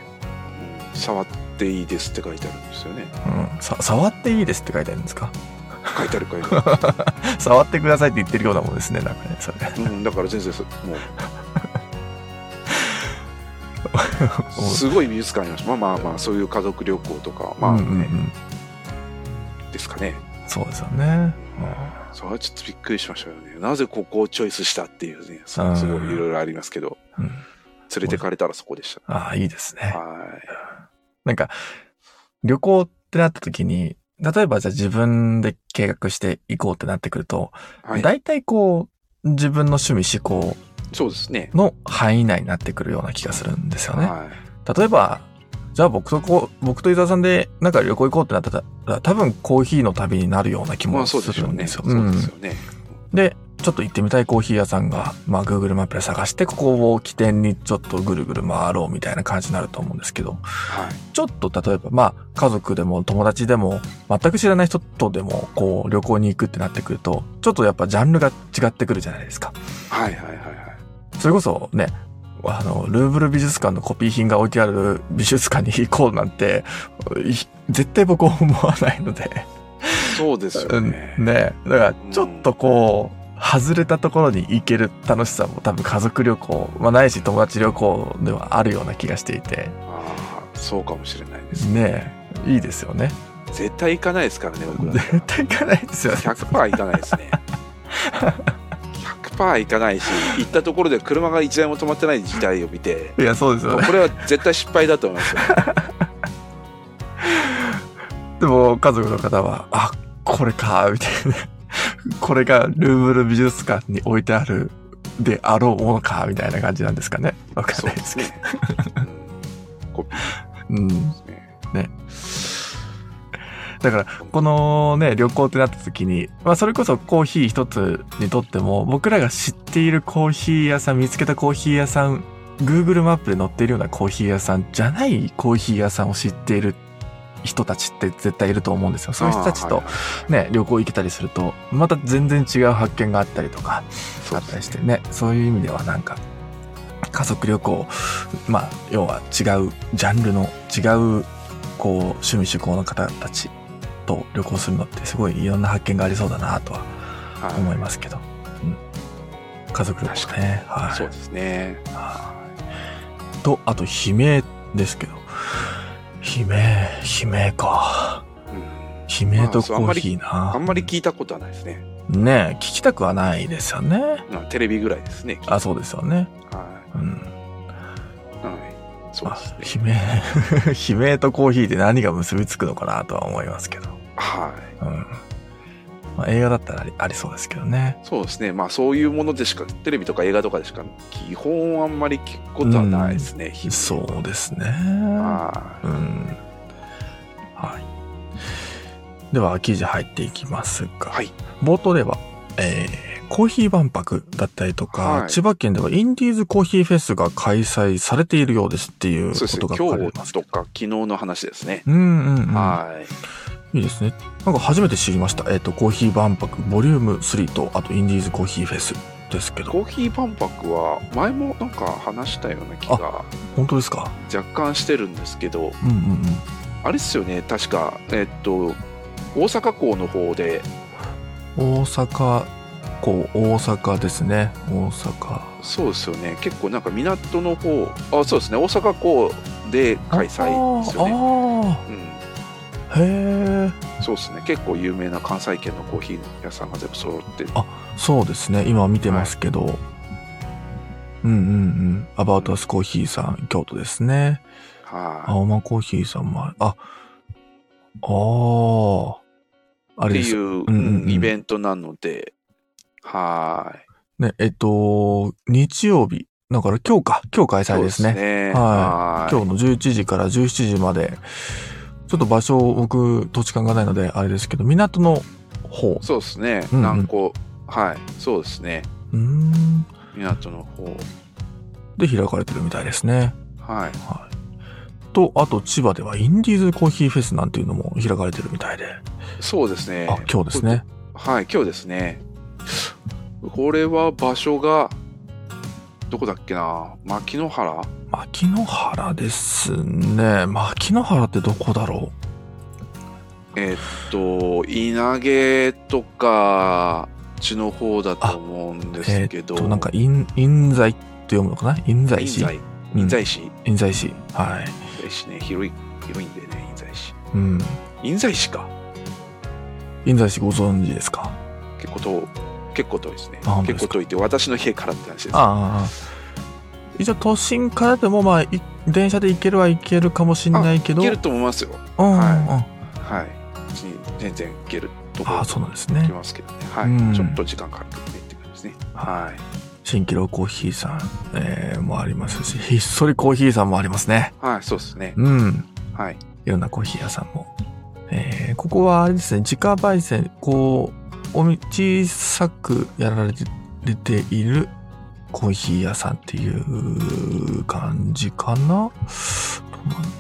[SPEAKER 2] 触っていいですって書いてあるんですよね
[SPEAKER 1] うん。さ触っていいですって書いてあるんですか
[SPEAKER 2] 書いてある書いてある
[SPEAKER 1] 触ってくださいって言ってるようなもんですね、なんかね、それ。
[SPEAKER 2] うん、だから全然そもう すごい美術館ありましたまあまあまあそういう家族旅行とかまあ、ね
[SPEAKER 1] うんうんうん。
[SPEAKER 2] ですかね
[SPEAKER 1] そうですよね。
[SPEAKER 2] それはちょっとびっくりしましたよねなぜここをチョイスしたっていうねそ
[SPEAKER 1] うん
[SPEAKER 2] すごいいろいろありますけど
[SPEAKER 1] うん。うん、
[SPEAKER 2] 連れてかれたらそこでし
[SPEAKER 1] ああ、いいですね。
[SPEAKER 2] たはい
[SPEAKER 1] なんか、旅行ってなった時に、例えばじゃあ自分で計画していこうってなってくると、
[SPEAKER 2] はい、
[SPEAKER 1] 大体こう、自分の趣味思考
[SPEAKER 2] そうですね
[SPEAKER 1] の範囲内になってくるような気がするんですよね。
[SPEAKER 2] は
[SPEAKER 1] 例えば、じゃあ僕とこう、僕と伊沢さんでなんか旅行行こうってなったら、多分コーヒーの旅になるような気
[SPEAKER 2] いま
[SPEAKER 1] も
[SPEAKER 2] あそうですしょ
[SPEAKER 1] る
[SPEAKER 2] うん
[SPEAKER 1] で
[SPEAKER 2] ね
[SPEAKER 1] す
[SPEAKER 2] そ
[SPEAKER 1] よ。
[SPEAKER 2] うです
[SPEAKER 1] ん
[SPEAKER 2] よね、
[SPEAKER 1] で、ちょっと行ってみたいコーヒー屋さんが、まあ Google マップで探して、ここを起点にちょっとぐるぐる回ろうみたいな感じになると思うんですけど、
[SPEAKER 2] はい
[SPEAKER 1] ちょっと例えば、まあ、家族でも友達でも、全く知らない人とでも、こう、旅行に行くってなってくると、ちょっとやっぱジャンルが違ってくるじゃないですか。
[SPEAKER 2] はいはいはいはい
[SPEAKER 1] それこそね、あの、ルーブル美術館のコピー品が置いてある美術館に行こうなんて、い絶対僕は思わないので。
[SPEAKER 2] そうですよね、
[SPEAKER 1] うんねだから、ちょっとこう、外れたところに行ける楽しさも多分家族旅行、まあないし友達旅行ではあるような気がしていて、
[SPEAKER 2] ああそうかもしれないです
[SPEAKER 1] ねいいですよね。
[SPEAKER 2] 絶対行かないですからね僕ら
[SPEAKER 1] 絶対行かないですよね。
[SPEAKER 2] 100%行かないですね100%行かないし行ったところで車が一台も止まってない事態を見て
[SPEAKER 1] いや、 そうですよ
[SPEAKER 2] もう
[SPEAKER 1] ね。
[SPEAKER 2] これは絶対失敗だと思 いますよ
[SPEAKER 1] でも、家族の方は、あ、これか、みたいな。これがルーブル美術館に置いてあるであろうものか、みたいな感じなんですかね。わかん
[SPEAKER 2] そう
[SPEAKER 1] ない
[SPEAKER 2] で
[SPEAKER 1] です
[SPEAKER 2] す
[SPEAKER 1] けど。
[SPEAKER 2] ね、うんコピー
[SPEAKER 1] うん。ね
[SPEAKER 2] ですね
[SPEAKER 1] だから、このね、旅行ってなった時に、まあ、それこそコーヒー一つにとっても、僕らが知っているコーヒー屋さん、見つけたコーヒー屋さん、Google マップで載っているようなコーヒー屋さんじゃないコーヒー屋さんを知っている人たちって絶対いると思うんですよ。そういう人たちと
[SPEAKER 2] あーはい
[SPEAKER 1] ね、旅行行けたりすると、また全然違う発見があったりとか、あ
[SPEAKER 2] そう
[SPEAKER 1] った
[SPEAKER 2] です
[SPEAKER 1] り
[SPEAKER 2] ね
[SPEAKER 1] してね、そういう意味ではなんか、家族旅行、まあ、要は違う、ジャンルの違う、こう、趣味趣向の方たちと旅行するのって、すごいいろんな発見がありそうだなとは
[SPEAKER 2] はい
[SPEAKER 1] 思いますけど、うん。家族旅行ね、はい。
[SPEAKER 2] そうですね
[SPEAKER 1] と、あと、悲鳴ですけど、悲鳴、悲鳴か。
[SPEAKER 2] うん
[SPEAKER 1] 悲鳴と
[SPEAKER 2] まあそうあ
[SPEAKER 1] コ
[SPEAKER 2] ん
[SPEAKER 1] ー
[SPEAKER 2] まり
[SPEAKER 1] ヒーな。
[SPEAKER 2] あんまり聞いたことはないですね、
[SPEAKER 1] ねえ聞きたくはないですよね。
[SPEAKER 2] まあ、テレビぐらいですね
[SPEAKER 1] あ、そうですよね。
[SPEAKER 2] は
[SPEAKER 1] うん。
[SPEAKER 2] い、はい、そう
[SPEAKER 1] ま
[SPEAKER 2] で
[SPEAKER 1] あ、
[SPEAKER 2] すね
[SPEAKER 1] 悲鳴、 悲鳴とコーヒーで何が結びつくのかなとは思いますけど。
[SPEAKER 2] はい
[SPEAKER 1] うん。まあ、映画だったらありありそうですけどね。
[SPEAKER 2] そうですねまあそういうものでしかテレビとか映画とかでしか基本あんまり聞くことはないですね、日々
[SPEAKER 1] そうですね。
[SPEAKER 2] は
[SPEAKER 1] うん。はい。では、記事入っていきますが、
[SPEAKER 2] いはい
[SPEAKER 1] 冒頭では、えーコーヒー万博だったりとか、
[SPEAKER 2] はい
[SPEAKER 1] 千葉県ではインディーズコーヒーフェスが開催されているようですっていうこ
[SPEAKER 2] そうです
[SPEAKER 1] とが
[SPEAKER 2] ね
[SPEAKER 1] 書かれ
[SPEAKER 2] 今
[SPEAKER 1] てます
[SPEAKER 2] 日と
[SPEAKER 1] けど。
[SPEAKER 2] か昨日の話ですね、
[SPEAKER 1] うんうんうん、
[SPEAKER 2] はい
[SPEAKER 1] いいですね。なんか初めて知りました。えっ、と、コーヒー万博ボリューム3と、あとインディーズコーヒーフェスですけど。
[SPEAKER 2] コーヒー万博は前もなんか話したような気が
[SPEAKER 1] 本当ですか
[SPEAKER 2] 若干してるんですけど
[SPEAKER 1] うんうんうん。
[SPEAKER 2] あれっすよね確かえっと大阪港の方で
[SPEAKER 1] 大阪こう大阪ですね大阪
[SPEAKER 2] そうですよね結構なんか港の方あそうですね大阪港で開催ですよね、
[SPEAKER 1] ね
[SPEAKER 2] う
[SPEAKER 1] あーへえ
[SPEAKER 2] ん、そうですね結構有名な関西圏のコーヒー屋さんが全部揃って
[SPEAKER 1] そうですね今見てますけど、うんうんうんアバウトアスコーヒーさん京都ですね
[SPEAKER 2] は
[SPEAKER 1] 青間コーヒーさんもあああああ
[SPEAKER 2] い
[SPEAKER 1] れ
[SPEAKER 2] っ
[SPEAKER 1] で
[SPEAKER 2] てい
[SPEAKER 1] すん
[SPEAKER 2] う、
[SPEAKER 1] うんうん
[SPEAKER 2] イベントなのではーい
[SPEAKER 1] ねえっと日曜日だから今日か今日開催ですね
[SPEAKER 2] そうですね
[SPEAKER 1] は。
[SPEAKER 2] はいーい
[SPEAKER 1] 今日の11時から17時まで、ちょっと場所を僕、土地勘がないので、あれですけど、港の方。う
[SPEAKER 2] そうですね
[SPEAKER 1] うんうん
[SPEAKER 2] 南港、はいそうですね
[SPEAKER 1] ーん。
[SPEAKER 2] 港の方
[SPEAKER 1] で開かれてるみたいですね。
[SPEAKER 2] はい
[SPEAKER 1] と、あと千葉ではインディーズコーヒーフェスなんていうのも開かれてるみたいで。
[SPEAKER 2] そうですね
[SPEAKER 1] あ、今日ですね。
[SPEAKER 2] はい、今日ですね。これは場所が、どこだっけな牧之原
[SPEAKER 1] 牧之原ですね。牧之原ってどこだろ
[SPEAKER 2] えっと、稲毛とか、あっちの方だと思うん
[SPEAKER 1] う
[SPEAKER 2] です
[SPEAKER 1] え
[SPEAKER 2] け
[SPEAKER 1] ーっ
[SPEAKER 2] ど。
[SPEAKER 1] と、なんか、印、印材って読むのかな印材
[SPEAKER 2] 印
[SPEAKER 1] 市。
[SPEAKER 2] 西。
[SPEAKER 1] うん
[SPEAKER 2] 印西市。
[SPEAKER 1] 印材市。はい。
[SPEAKER 2] 印西市ね、広い、広いんでね、印西市。
[SPEAKER 1] うん。
[SPEAKER 2] 印西市か。
[SPEAKER 1] 印材市ご存知ですか
[SPEAKER 2] 結構遠い、結構遠いですね
[SPEAKER 1] あ本。当で
[SPEAKER 2] 結
[SPEAKER 1] すか
[SPEAKER 2] 構遠いって、私の家からって話です。
[SPEAKER 1] ああ。一応都心からでもまあい電車で行けるは行けるかもしれないけど。
[SPEAKER 2] 行けると思いますよ。
[SPEAKER 1] うんうんうん
[SPEAKER 2] はい。別に全然行けるとこ
[SPEAKER 1] あ
[SPEAKER 2] ろ
[SPEAKER 1] あ、そうなんです
[SPEAKER 2] 行き
[SPEAKER 1] ね。
[SPEAKER 2] ますけどね。は
[SPEAKER 1] うん
[SPEAKER 2] い。ちょっと時間かかるけどねって感じですね。はい。
[SPEAKER 1] 新キロコーヒーさん、えーもありますし、ひっそりコーヒーさんもありますね。
[SPEAKER 2] はい、そうですね。
[SPEAKER 1] うん。
[SPEAKER 2] はい。
[SPEAKER 1] いろんなコーヒー屋さんも。えーここはあれですね、自家焙煎、こう、おみ、小さくやられているコーヒー屋さんっていう感じかな。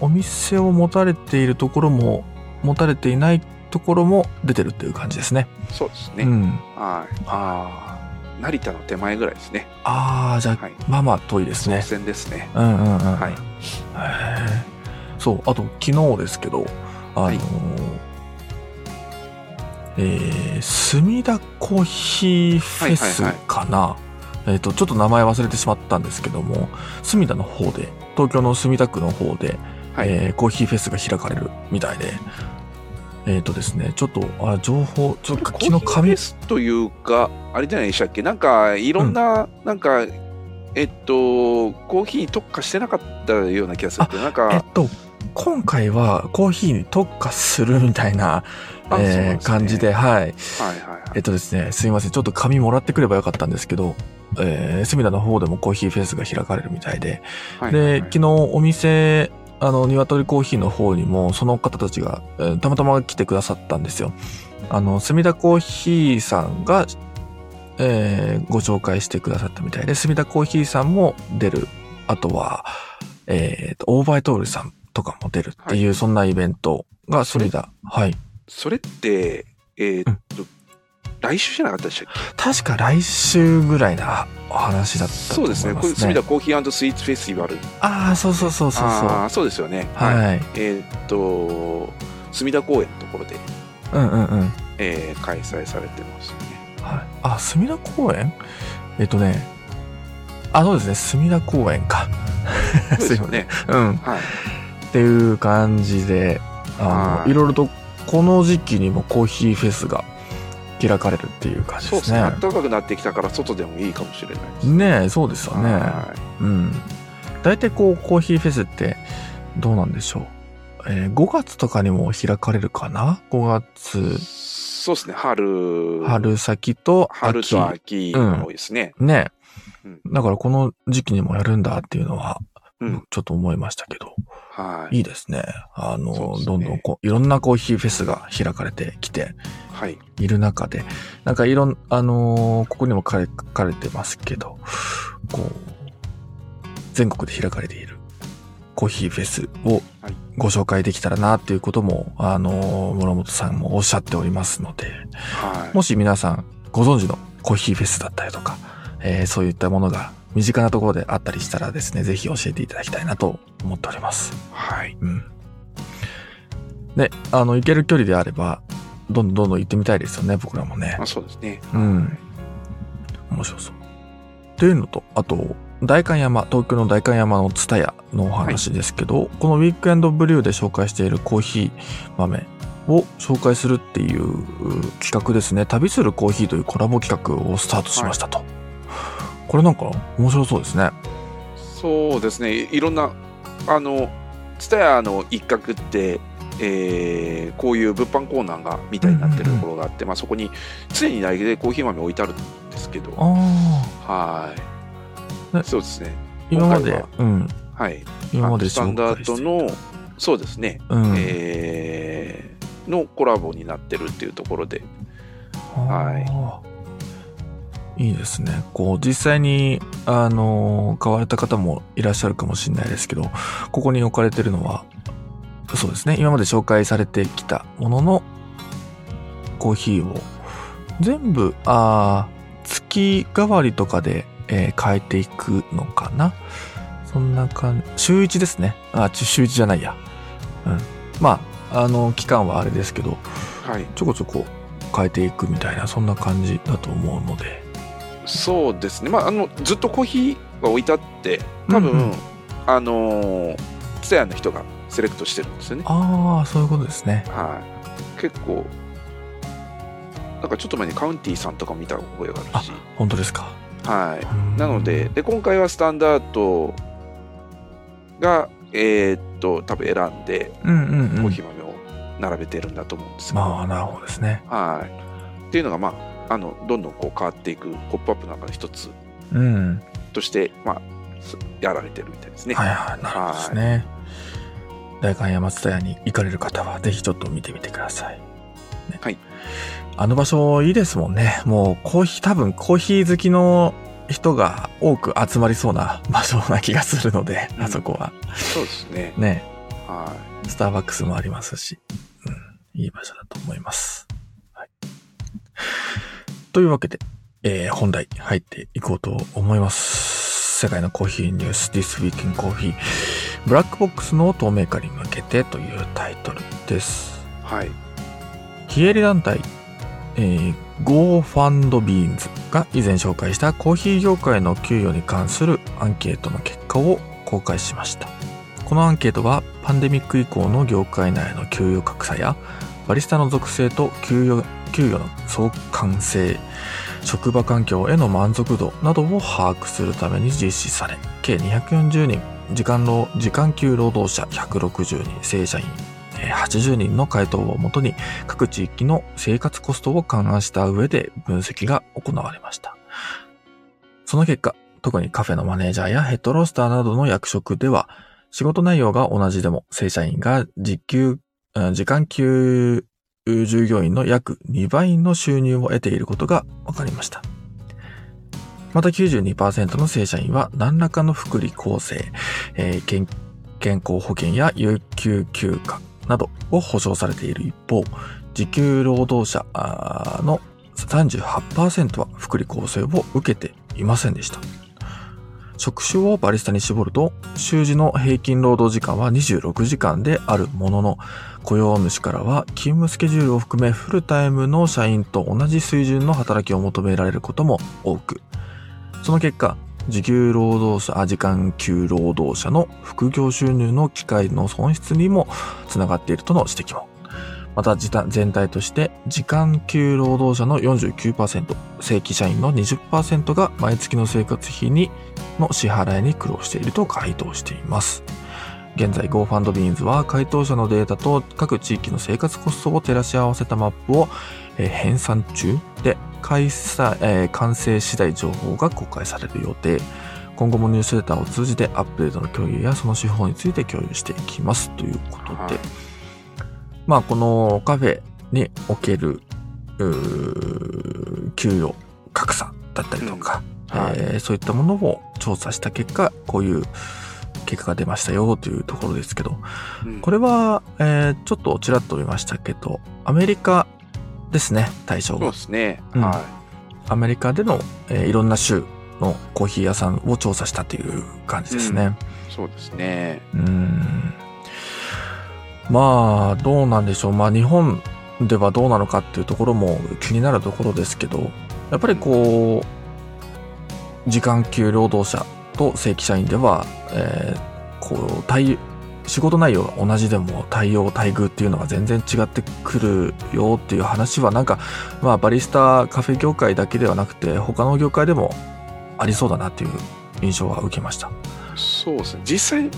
[SPEAKER 1] お店を持たれているところも、持たれていないところも出てるっていう感じですね。
[SPEAKER 2] そうですね。
[SPEAKER 1] うん。
[SPEAKER 2] はい。ああ、成田の手前ぐらいですね。
[SPEAKER 1] あー、じゃあ、
[SPEAKER 2] はい。
[SPEAKER 1] まあまあ遠いです
[SPEAKER 2] 沿
[SPEAKER 1] ね。
[SPEAKER 2] 線ですね。
[SPEAKER 1] うんうんうん。
[SPEAKER 2] はい。
[SPEAKER 1] へーそう、あと昨日ですけど、あのー
[SPEAKER 2] はい
[SPEAKER 1] えー、墨田コーヒーフェスかな、えっ、と、ちょっと名前忘れてしまったんですけども、墨田の方で、東京の墨田区の方で、
[SPEAKER 2] はい
[SPEAKER 1] えーコーヒーフェスが開かれるみたいで、えっ、とですね、ちょっと、あ、情報、ちょっと
[SPEAKER 2] コーヒ
[SPEAKER 1] 昨日
[SPEAKER 2] ーフ
[SPEAKER 1] 紙
[SPEAKER 2] ェ、スというか、あれじゃないでしたっけなんか、いろんな、なんか、えっと、コーヒーに特化してなかったような気がするけど、なん
[SPEAKER 1] えっ
[SPEAKER 2] か、
[SPEAKER 1] と、今回はコーヒーに特化するみたいな、
[SPEAKER 2] あそうな
[SPEAKER 1] え
[SPEAKER 2] ん
[SPEAKER 1] ー
[SPEAKER 2] ですね
[SPEAKER 1] 感じで、はい。
[SPEAKER 2] はいはいは
[SPEAKER 1] えっ
[SPEAKER 2] い。
[SPEAKER 1] とですね、すいません。ちょっと紙もらってくればよかったんですけど、えー、隅田の方でもコーヒーフェスが開かれるみたいで。
[SPEAKER 2] はいはいは
[SPEAKER 1] で
[SPEAKER 2] い、
[SPEAKER 1] 昨日お店、あの、鶏コーヒーの方にも、その方たちが、えーたまたま来てくださったんですよ。あの、隅田コーヒーさんが、えーご紹介してくださったみたいで、隅田コーヒーさんも出る。あとは、えーと、オーバイトールさんとかも出るっていう、そんなイベントが隅田。はい。
[SPEAKER 2] それって、えーっと、来週じゃなかったでしたっけ
[SPEAKER 1] 確か来週ぐらいなお話だったと
[SPEAKER 2] そ
[SPEAKER 1] 思い
[SPEAKER 2] うで
[SPEAKER 1] ますす
[SPEAKER 2] ね。
[SPEAKER 1] ね。
[SPEAKER 2] これ隅田コーヒースイーツフェスティバル。
[SPEAKER 1] ああ、そうそうそうそうそう。
[SPEAKER 2] あ
[SPEAKER 1] は
[SPEAKER 2] あ、そうですよね。
[SPEAKER 1] い。
[SPEAKER 2] はい。えーっと、隅田公園のところで、
[SPEAKER 1] うんうんうん。はい、
[SPEAKER 2] えー開催されてますよね。
[SPEAKER 1] あ、墨田公園えっとね、あ、そうですね、墨田公園か。
[SPEAKER 2] そうですよね。
[SPEAKER 1] うん。っ
[SPEAKER 2] はい。
[SPEAKER 1] ていう感じで、あ
[SPEAKER 2] は
[SPEAKER 1] の、
[SPEAKER 2] い
[SPEAKER 1] いろいろとこの時期にもコーヒーフェスが開かれるっていう感じ
[SPEAKER 2] そ
[SPEAKER 1] で
[SPEAKER 2] うです
[SPEAKER 1] す
[SPEAKER 2] ね。
[SPEAKER 1] ね。
[SPEAKER 2] 暖かくなってきたから外でもいいかもしれないです。
[SPEAKER 1] ねえ、そうですよね。
[SPEAKER 2] はい
[SPEAKER 1] うん。大体こう、コーヒーフェスってどうなんでしょう。えー5月とかにも開かれるかな ?5 月、
[SPEAKER 2] そうですね。春。。
[SPEAKER 1] 春先と秋。
[SPEAKER 2] 春と秋が多いですね。
[SPEAKER 1] ね。
[SPEAKER 2] うん
[SPEAKER 1] だからこの時期にもやるんだっていうのは、
[SPEAKER 2] うん
[SPEAKER 1] ちょっと思いましたけど、
[SPEAKER 2] はい。
[SPEAKER 1] いいですね。あの、
[SPEAKER 2] そうですね
[SPEAKER 1] どんどんこう、いろんなコーヒーフェスが開かれてきて
[SPEAKER 2] はい。
[SPEAKER 1] いる中で、なんかいろん、あのーここにも書かれ書かれてますけど、こう、全国で開かれているコーヒーフェスを
[SPEAKER 2] はい
[SPEAKER 1] ご紹介できたらなっていうことも、あのー諸本さんもおっしゃっておりますので、
[SPEAKER 2] はい。
[SPEAKER 1] もし皆さんご存知のコーヒーフェスだったりとか、えーそういったものが身近なところであったりしたらですね、ぜひ教えていただきたいなと思っております。
[SPEAKER 2] はい。
[SPEAKER 1] うん。ね、あの、行ける距離であれば、どんどんどんどん行ってみたいですよね、僕らもね
[SPEAKER 2] まあ。そうですね。
[SPEAKER 1] うん。面白そう。というのと、あと、代官山、東京の代官山の蔦屋のお話ですけど、このウィークエンドブリューで紹介しているコーヒー豆を紹介するっていうう企画ですね。旅するコーヒーというコラボ企画をスタートしましたと。これなんか面白そうですね。
[SPEAKER 2] そうですね。いろんな、あの、ツタヤの一角って、えーこういう物販コーナーがみたいになってるところがあって、まあ、そこに常に台でコーヒー豆置いてあるんですけど、
[SPEAKER 1] ああ、
[SPEAKER 2] はい、
[SPEAKER 1] ね
[SPEAKER 2] そうですね。
[SPEAKER 1] 今まで
[SPEAKER 2] 今、
[SPEAKER 1] うん、
[SPEAKER 2] はい、
[SPEAKER 1] 今まで
[SPEAKER 2] あスタン
[SPEAKER 1] 紹
[SPEAKER 2] ダ
[SPEAKER 1] 介
[SPEAKER 2] ー
[SPEAKER 1] し
[SPEAKER 2] ド
[SPEAKER 1] て
[SPEAKER 2] の、そうですね、
[SPEAKER 1] うん
[SPEAKER 2] えーのコラボになってるっていうところで、
[SPEAKER 1] い。いいですね。こう、実際に、あの、買われた方もいらっしゃるかもしれないですけど、ここに置かれてるのは、そうですね。今まで紹介されてきたものの、コーヒーを、全部、あー月替わりとかで、えー変えていくのかな。そんな感じ。週1ですね。あ、ち週1じゃないや。うん。まあ、あの、期間はあれですけど、
[SPEAKER 2] はい、
[SPEAKER 1] ちょこちょこ変えていくみたいなそんな感じだと思うので
[SPEAKER 2] そうですね、まあ、あのずっとコーヒーが置いてあって、多分、
[SPEAKER 1] うんうん
[SPEAKER 2] あのー、ツタヤの人がセレクトしてるんですよね。
[SPEAKER 1] ああそういうことですね
[SPEAKER 2] はい、結構、なんかちょっと前にカウンティーさんとか見た覚えがあるし、
[SPEAKER 1] 本当ですか
[SPEAKER 2] はい、
[SPEAKER 1] うん
[SPEAKER 2] なのでで今回はスタンダードが、えーっと多分選んで
[SPEAKER 1] うんうん
[SPEAKER 2] コ
[SPEAKER 1] う
[SPEAKER 2] ー
[SPEAKER 1] ん
[SPEAKER 2] ヒー豆を並べてるんだと思うんですけど、
[SPEAKER 1] まあなるほどですね
[SPEAKER 2] はいっていうのが、まあ、あのどんどんこう変わっていく「ポップアップなんかの一つ
[SPEAKER 1] うん
[SPEAKER 2] として、まあ、すやられてるみたいですね。
[SPEAKER 1] はいはいなるほどですね代官山蔦屋に行かれる方はぜひちょっと見てみてください、ね
[SPEAKER 2] はい
[SPEAKER 1] あの場所いいですもんねもうコーヒー多分コーヒー好きの人が多く集まりそうな場所な気がするので、
[SPEAKER 2] うん
[SPEAKER 1] あそこは
[SPEAKER 2] そうですね、
[SPEAKER 1] ね
[SPEAKER 2] は
[SPEAKER 1] スターバックスもありますし、うん、いい場所だと思います。はい、というわけで、えー本題入っていこうと思います。世界のコーヒーニュース This Week in Coffee ブラックボックスの透明化に向けてというタイトルです。
[SPEAKER 2] い、はい
[SPEAKER 1] 非営利団体、えー、Go Fund Beans が以前紹介したコーヒー業界の給与に関するアンケートの結果を公開しました。このアンケートはパンデミック以降の業界内の給与格差やバリスタの属性と給与給与の相関性、職場環境への満足度などを把握するために実施され、計240人、時間労時間給労働者160人、正社員えー80人の回答をもとに各地域の生活コストを勘案した上で分析が行われました。その結果、特にカフェのマネージャーやヘッドロスターなどの役職では、仕事内容が同じでも正社員が時給、うん時間給従業員の約2倍の収入を得ていることが分かりました。また92%の正社員は何らかの福利厚生、えー健健康保険や有給休暇などを保障されている一方、時給労働者あーの38%は福利厚生を受けていませんでした。職種をバリスタに絞ると、週次の平均労働時間は26時間であるものの、雇用主からは勤務スケジュールを含めフルタイムの社員と同じ水準の働きを求められることも多く、その結果、時給労働者、あ時間給労働者の副業収入の機会の損失にもつながっているとの指摘も。また、時短全体として、時間給労働者の49%、正規社員の20%が毎月の生活費にの支払いに苦労していると回答しています。現在、GoFundBeans は回答者のデータと各地域の生活コストを照らし合わせたマップをえー編纂中で開催、えー完成次第情報が公開される予定今後もニュースレターを通じてアップデートの共有やその手法について共有していきますということで、
[SPEAKER 2] はい
[SPEAKER 1] まあこのカフェにおけるうー給与格差だったりとか、
[SPEAKER 2] はい
[SPEAKER 1] えーそういったものを調査した結果こういう結果が出ましたよというところですけど
[SPEAKER 2] うん
[SPEAKER 1] これは、えーちょっとちらっと見ましたけどアメリカですね対象
[SPEAKER 2] そう
[SPEAKER 1] が
[SPEAKER 2] ですね、
[SPEAKER 1] うん
[SPEAKER 2] は
[SPEAKER 1] アメリカでの、えーいろんな州のコーヒー屋さんを調査したという感じですね。
[SPEAKER 2] いそうですね
[SPEAKER 1] うーんまあどうなんでしょう、まあ、日本ではどうなのかっていうところも気になるところですけどやっぱりこう時間給労働者と正規社員では、えーこう対仕事内容が同じでも対応待遇っていうのが全然違ってくるよっていう話はなんか、まあ、バリスタカフェ業界だけではなくて他の業界でもありそうだなっていう印象は受けました。
[SPEAKER 2] そうですね実際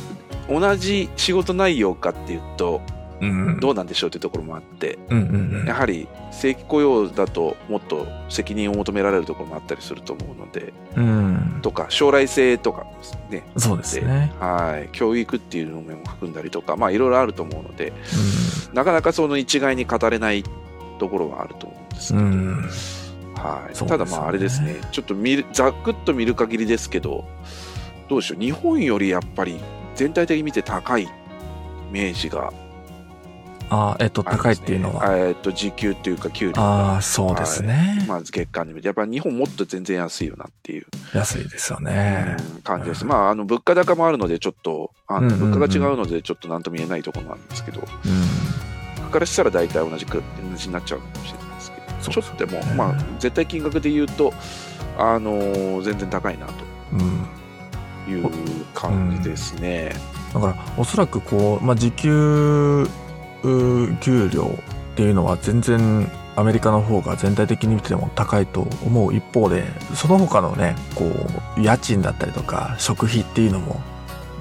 [SPEAKER 2] 同じ仕事内容かっていうと
[SPEAKER 1] うん
[SPEAKER 2] どうなんでしょうっていうところもあって、
[SPEAKER 1] うんうんうん
[SPEAKER 2] やはり正規雇用だともっと責任を求められるところもあったりすると思うので
[SPEAKER 1] うん、
[SPEAKER 2] とか将来性とかね
[SPEAKER 1] そうですね。
[SPEAKER 2] はい教育っていうのも含んだりとかまあいろいろあると思うのでなかなかその一概に語れないところはあると思うんです
[SPEAKER 1] う
[SPEAKER 2] け
[SPEAKER 1] ん、
[SPEAKER 2] ど、
[SPEAKER 1] うん、
[SPEAKER 2] はい、
[SPEAKER 1] そうですよね
[SPEAKER 2] ただまああれですねちょっと見るざっくっと見る限りですけどどうでしょう日本よりやっぱり全体的に見て高いイメージが
[SPEAKER 1] あ、えっと、
[SPEAKER 2] あるん
[SPEAKER 1] 高いっ
[SPEAKER 2] ですね
[SPEAKER 1] ていうのは。
[SPEAKER 2] えーっと時給っていうか給料
[SPEAKER 1] あ
[SPEAKER 2] が
[SPEAKER 1] あ、そうですね。
[SPEAKER 2] まず月間で見てやっぱり日本もっと全然安いよなっていう
[SPEAKER 1] 安いですよね。
[SPEAKER 2] うん感じです、
[SPEAKER 1] うん
[SPEAKER 2] まああの物価高もあるのでちょっとあの
[SPEAKER 1] うんうんうん
[SPEAKER 2] 物価が違うのでちょっと何とも言えないところなんですけど、
[SPEAKER 1] うん、
[SPEAKER 2] からしたら大体同じく同じになっちゃうかもしれないですけど
[SPEAKER 1] そう
[SPEAKER 2] ちょっとでも、
[SPEAKER 1] そうですね
[SPEAKER 2] まあ絶対金額で言うとあのー全然高いなと
[SPEAKER 1] うん、
[SPEAKER 2] いう感じですね、
[SPEAKER 1] だから、おそらく、こう、まあ、時給。う給料っていうのは、全然。アメリカの方が全体的に見ても高いと思う一方でその他のねこう家賃だったりとか食費っていうのも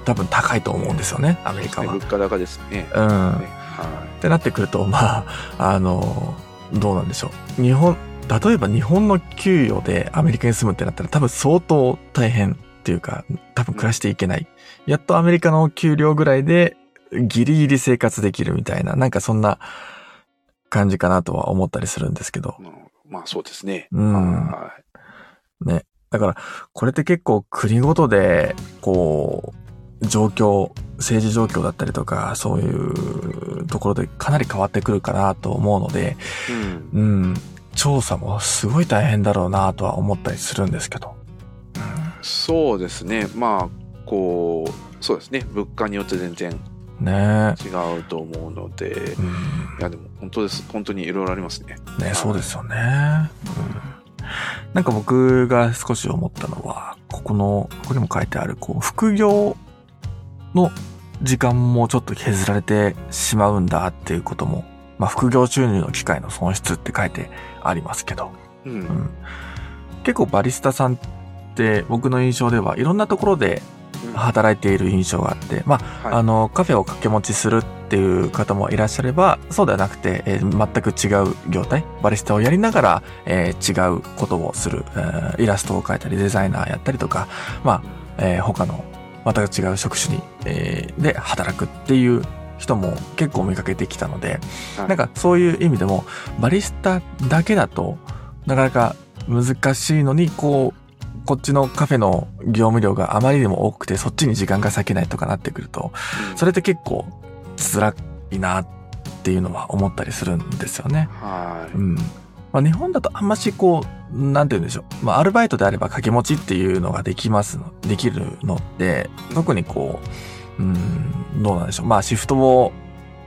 [SPEAKER 1] 多分高いと思うんですよねアメリカは。
[SPEAKER 2] 物価高ですね、
[SPEAKER 1] うん
[SPEAKER 2] ね、は
[SPEAKER 1] ってなってくるとまああのどうなんでしょう日本例えば日本の給与でアメリカに住むってなったら多分相当大変っていうか多分暮らしていけないやっとアメリカの給料ぐらいでギリギリ生活できるみたいななんかそんな感じかなとは思ったりするんですけど
[SPEAKER 2] い、まあまあそうですね、
[SPEAKER 1] うん
[SPEAKER 2] はい
[SPEAKER 1] だから、これって結構国ごとで、こう、状況、政治状況だったりとか、そういうところでかなり変わってくるかなと思うので、
[SPEAKER 2] うん
[SPEAKER 1] うん、調査もすごい大変だろうなとは思ったりするんですけど。
[SPEAKER 2] そうですねまあこうそうですね物価によって全然
[SPEAKER 1] ね
[SPEAKER 2] 違うと思うので
[SPEAKER 1] え。う
[SPEAKER 2] い
[SPEAKER 1] ん、
[SPEAKER 2] やでも本当です本当にいろいろありますね
[SPEAKER 1] ねそうですよね。うん、なんか僕が少し思ったのは、ここの、ここにも書いてある、こう、副業の時間もちょっと削られてしまうんだっていうことも、まあ、副業収入の機会の損失って書いてありますけど、
[SPEAKER 2] う
[SPEAKER 1] うんん、結構バリスタさんって僕の印象ではいろんなところで働いている印象があって、まあ、
[SPEAKER 2] はい
[SPEAKER 1] あの、カフェを掛け持ちするっていう方もいらっしゃれば、そうではなくて、えー全く違う業態、バリスタをやりながら、えー違うことをする、えーイラストを描いたり、デザイナーやったりとか、まあ、えー他の、また違う職種に、えーで働くっていう人も結構見かけてきたので、
[SPEAKER 2] はい
[SPEAKER 1] なんかそういう意味でも、バリスタだけだと、なかなか難しいのに、こう、こっちのカフェの業務量があまりにも多くて、そっちに時間が割けないとかなってくると、
[SPEAKER 2] うん
[SPEAKER 1] それって結構辛いなっていうのは思ったりするんですよね。
[SPEAKER 2] はい
[SPEAKER 1] うん。まあ日本だとあんましこう、なんて言うんでしょう。まあアルバイトであれば掛け持ちっていうのができますの、できるので、特にこう、うん、どうなんでしょう。まあシフトを